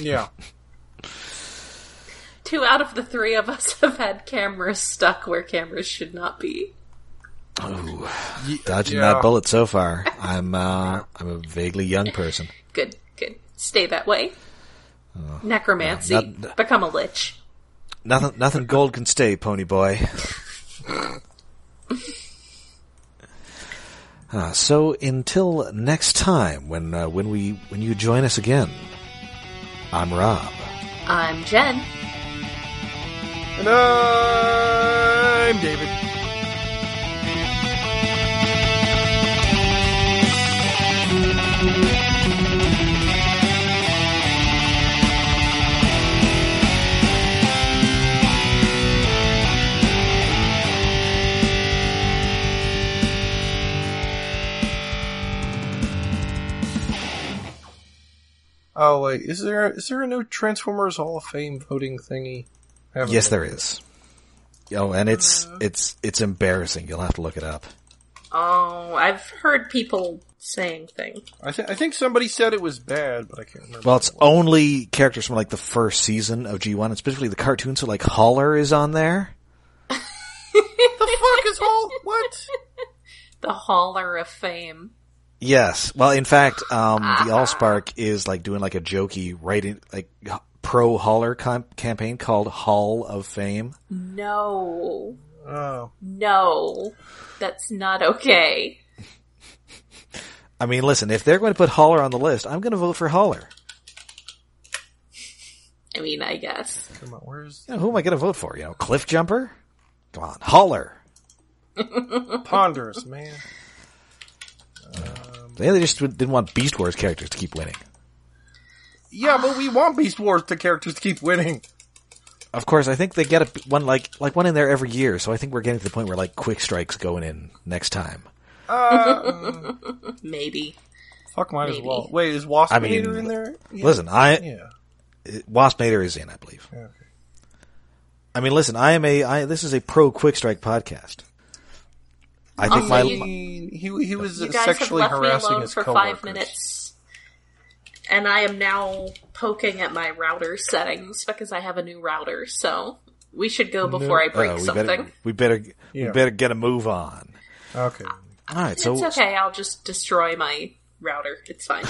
[SPEAKER 3] Yeah.
[SPEAKER 2] Two out of the three of us have had cameras stuck where cameras should not be.
[SPEAKER 1] Ooh,
[SPEAKER 3] Ye-
[SPEAKER 1] dodging
[SPEAKER 3] Um, yeah.
[SPEAKER 1] that bullet so far. I'm uh, I'm a vaguely young person.
[SPEAKER 2] Good, good. Stay that way. Necromancy.
[SPEAKER 1] yeah, not-
[SPEAKER 2] Become a lich.
[SPEAKER 1] Nothing nothing gold can stay, pony boy. Uh, so until next time, when uh, when we when you join us again, I'm Rob.
[SPEAKER 2] I'm Jen.
[SPEAKER 3] And I'm David. Oh wait, is there is there a new Transformers Hall of Fame voting thingy? I haven't
[SPEAKER 1] Yes,
[SPEAKER 3] looked.
[SPEAKER 1] there is. Oh, and it's it's it's embarrassing. You'll have to look it up.
[SPEAKER 2] Oh, I've heard people saying thing.
[SPEAKER 3] I, th- I think somebody said it was bad, but I can't remember.
[SPEAKER 1] Well, it's only characters from like the first season of G1, and specifically the cartoon. So like Holler is on there.
[SPEAKER 3] the fuck is all what?
[SPEAKER 2] The Hauler of Fame.
[SPEAKER 1] Yes. Well, in fact, um, the Allspark is like doing like a jokey writing like pro Holler com- campaign called Hall of Fame.
[SPEAKER 2] No.
[SPEAKER 3] Oh,
[SPEAKER 2] No. That's not okay.
[SPEAKER 1] I mean, listen, if they're going to put Holler on the list, I'm going to vote for Holler.
[SPEAKER 2] I mean, I guess.
[SPEAKER 3] come on, where's
[SPEAKER 1] You know, who am I going to vote for? You know, Cliff Jumper? Come on, Holler.
[SPEAKER 3] ponderous man?
[SPEAKER 1] They they just didn't want Beast Wars characters to keep winning.
[SPEAKER 3] Yeah, but we want Beast Wars the characters to keep winning.
[SPEAKER 1] Of course, I think they get a, one like like one in there every year. So I think we're getting to the point where like Quick Strike's going in next time.
[SPEAKER 2] Maybe.
[SPEAKER 3] Fuck, might as
[SPEAKER 2] Maybe.
[SPEAKER 3] well. Wait, is Wasp
[SPEAKER 1] I mean,
[SPEAKER 3] Eater in there? Yeah.
[SPEAKER 1] Listen, I
[SPEAKER 3] yeah,
[SPEAKER 1] Wasp Nader is in, I believe.
[SPEAKER 3] okay.
[SPEAKER 1] I mean, listen, I am a I, this is a pro Quick Strike podcast. I think
[SPEAKER 2] Also,
[SPEAKER 1] my
[SPEAKER 2] you-
[SPEAKER 3] He, he he was
[SPEAKER 2] You guys have
[SPEAKER 3] sexually
[SPEAKER 2] left me
[SPEAKER 3] harassing
[SPEAKER 2] alone
[SPEAKER 3] his
[SPEAKER 2] for
[SPEAKER 3] coworkers.
[SPEAKER 2] five minutes. And I am now poking at my router settings because I have a new router, so we should go before I break
[SPEAKER 1] uh, we
[SPEAKER 2] something.
[SPEAKER 1] better we better
[SPEAKER 3] Yeah.
[SPEAKER 1] we better get a move on.
[SPEAKER 3] Okay.
[SPEAKER 1] All right, so
[SPEAKER 2] it's okay, I'll just destroy my router. It's fine.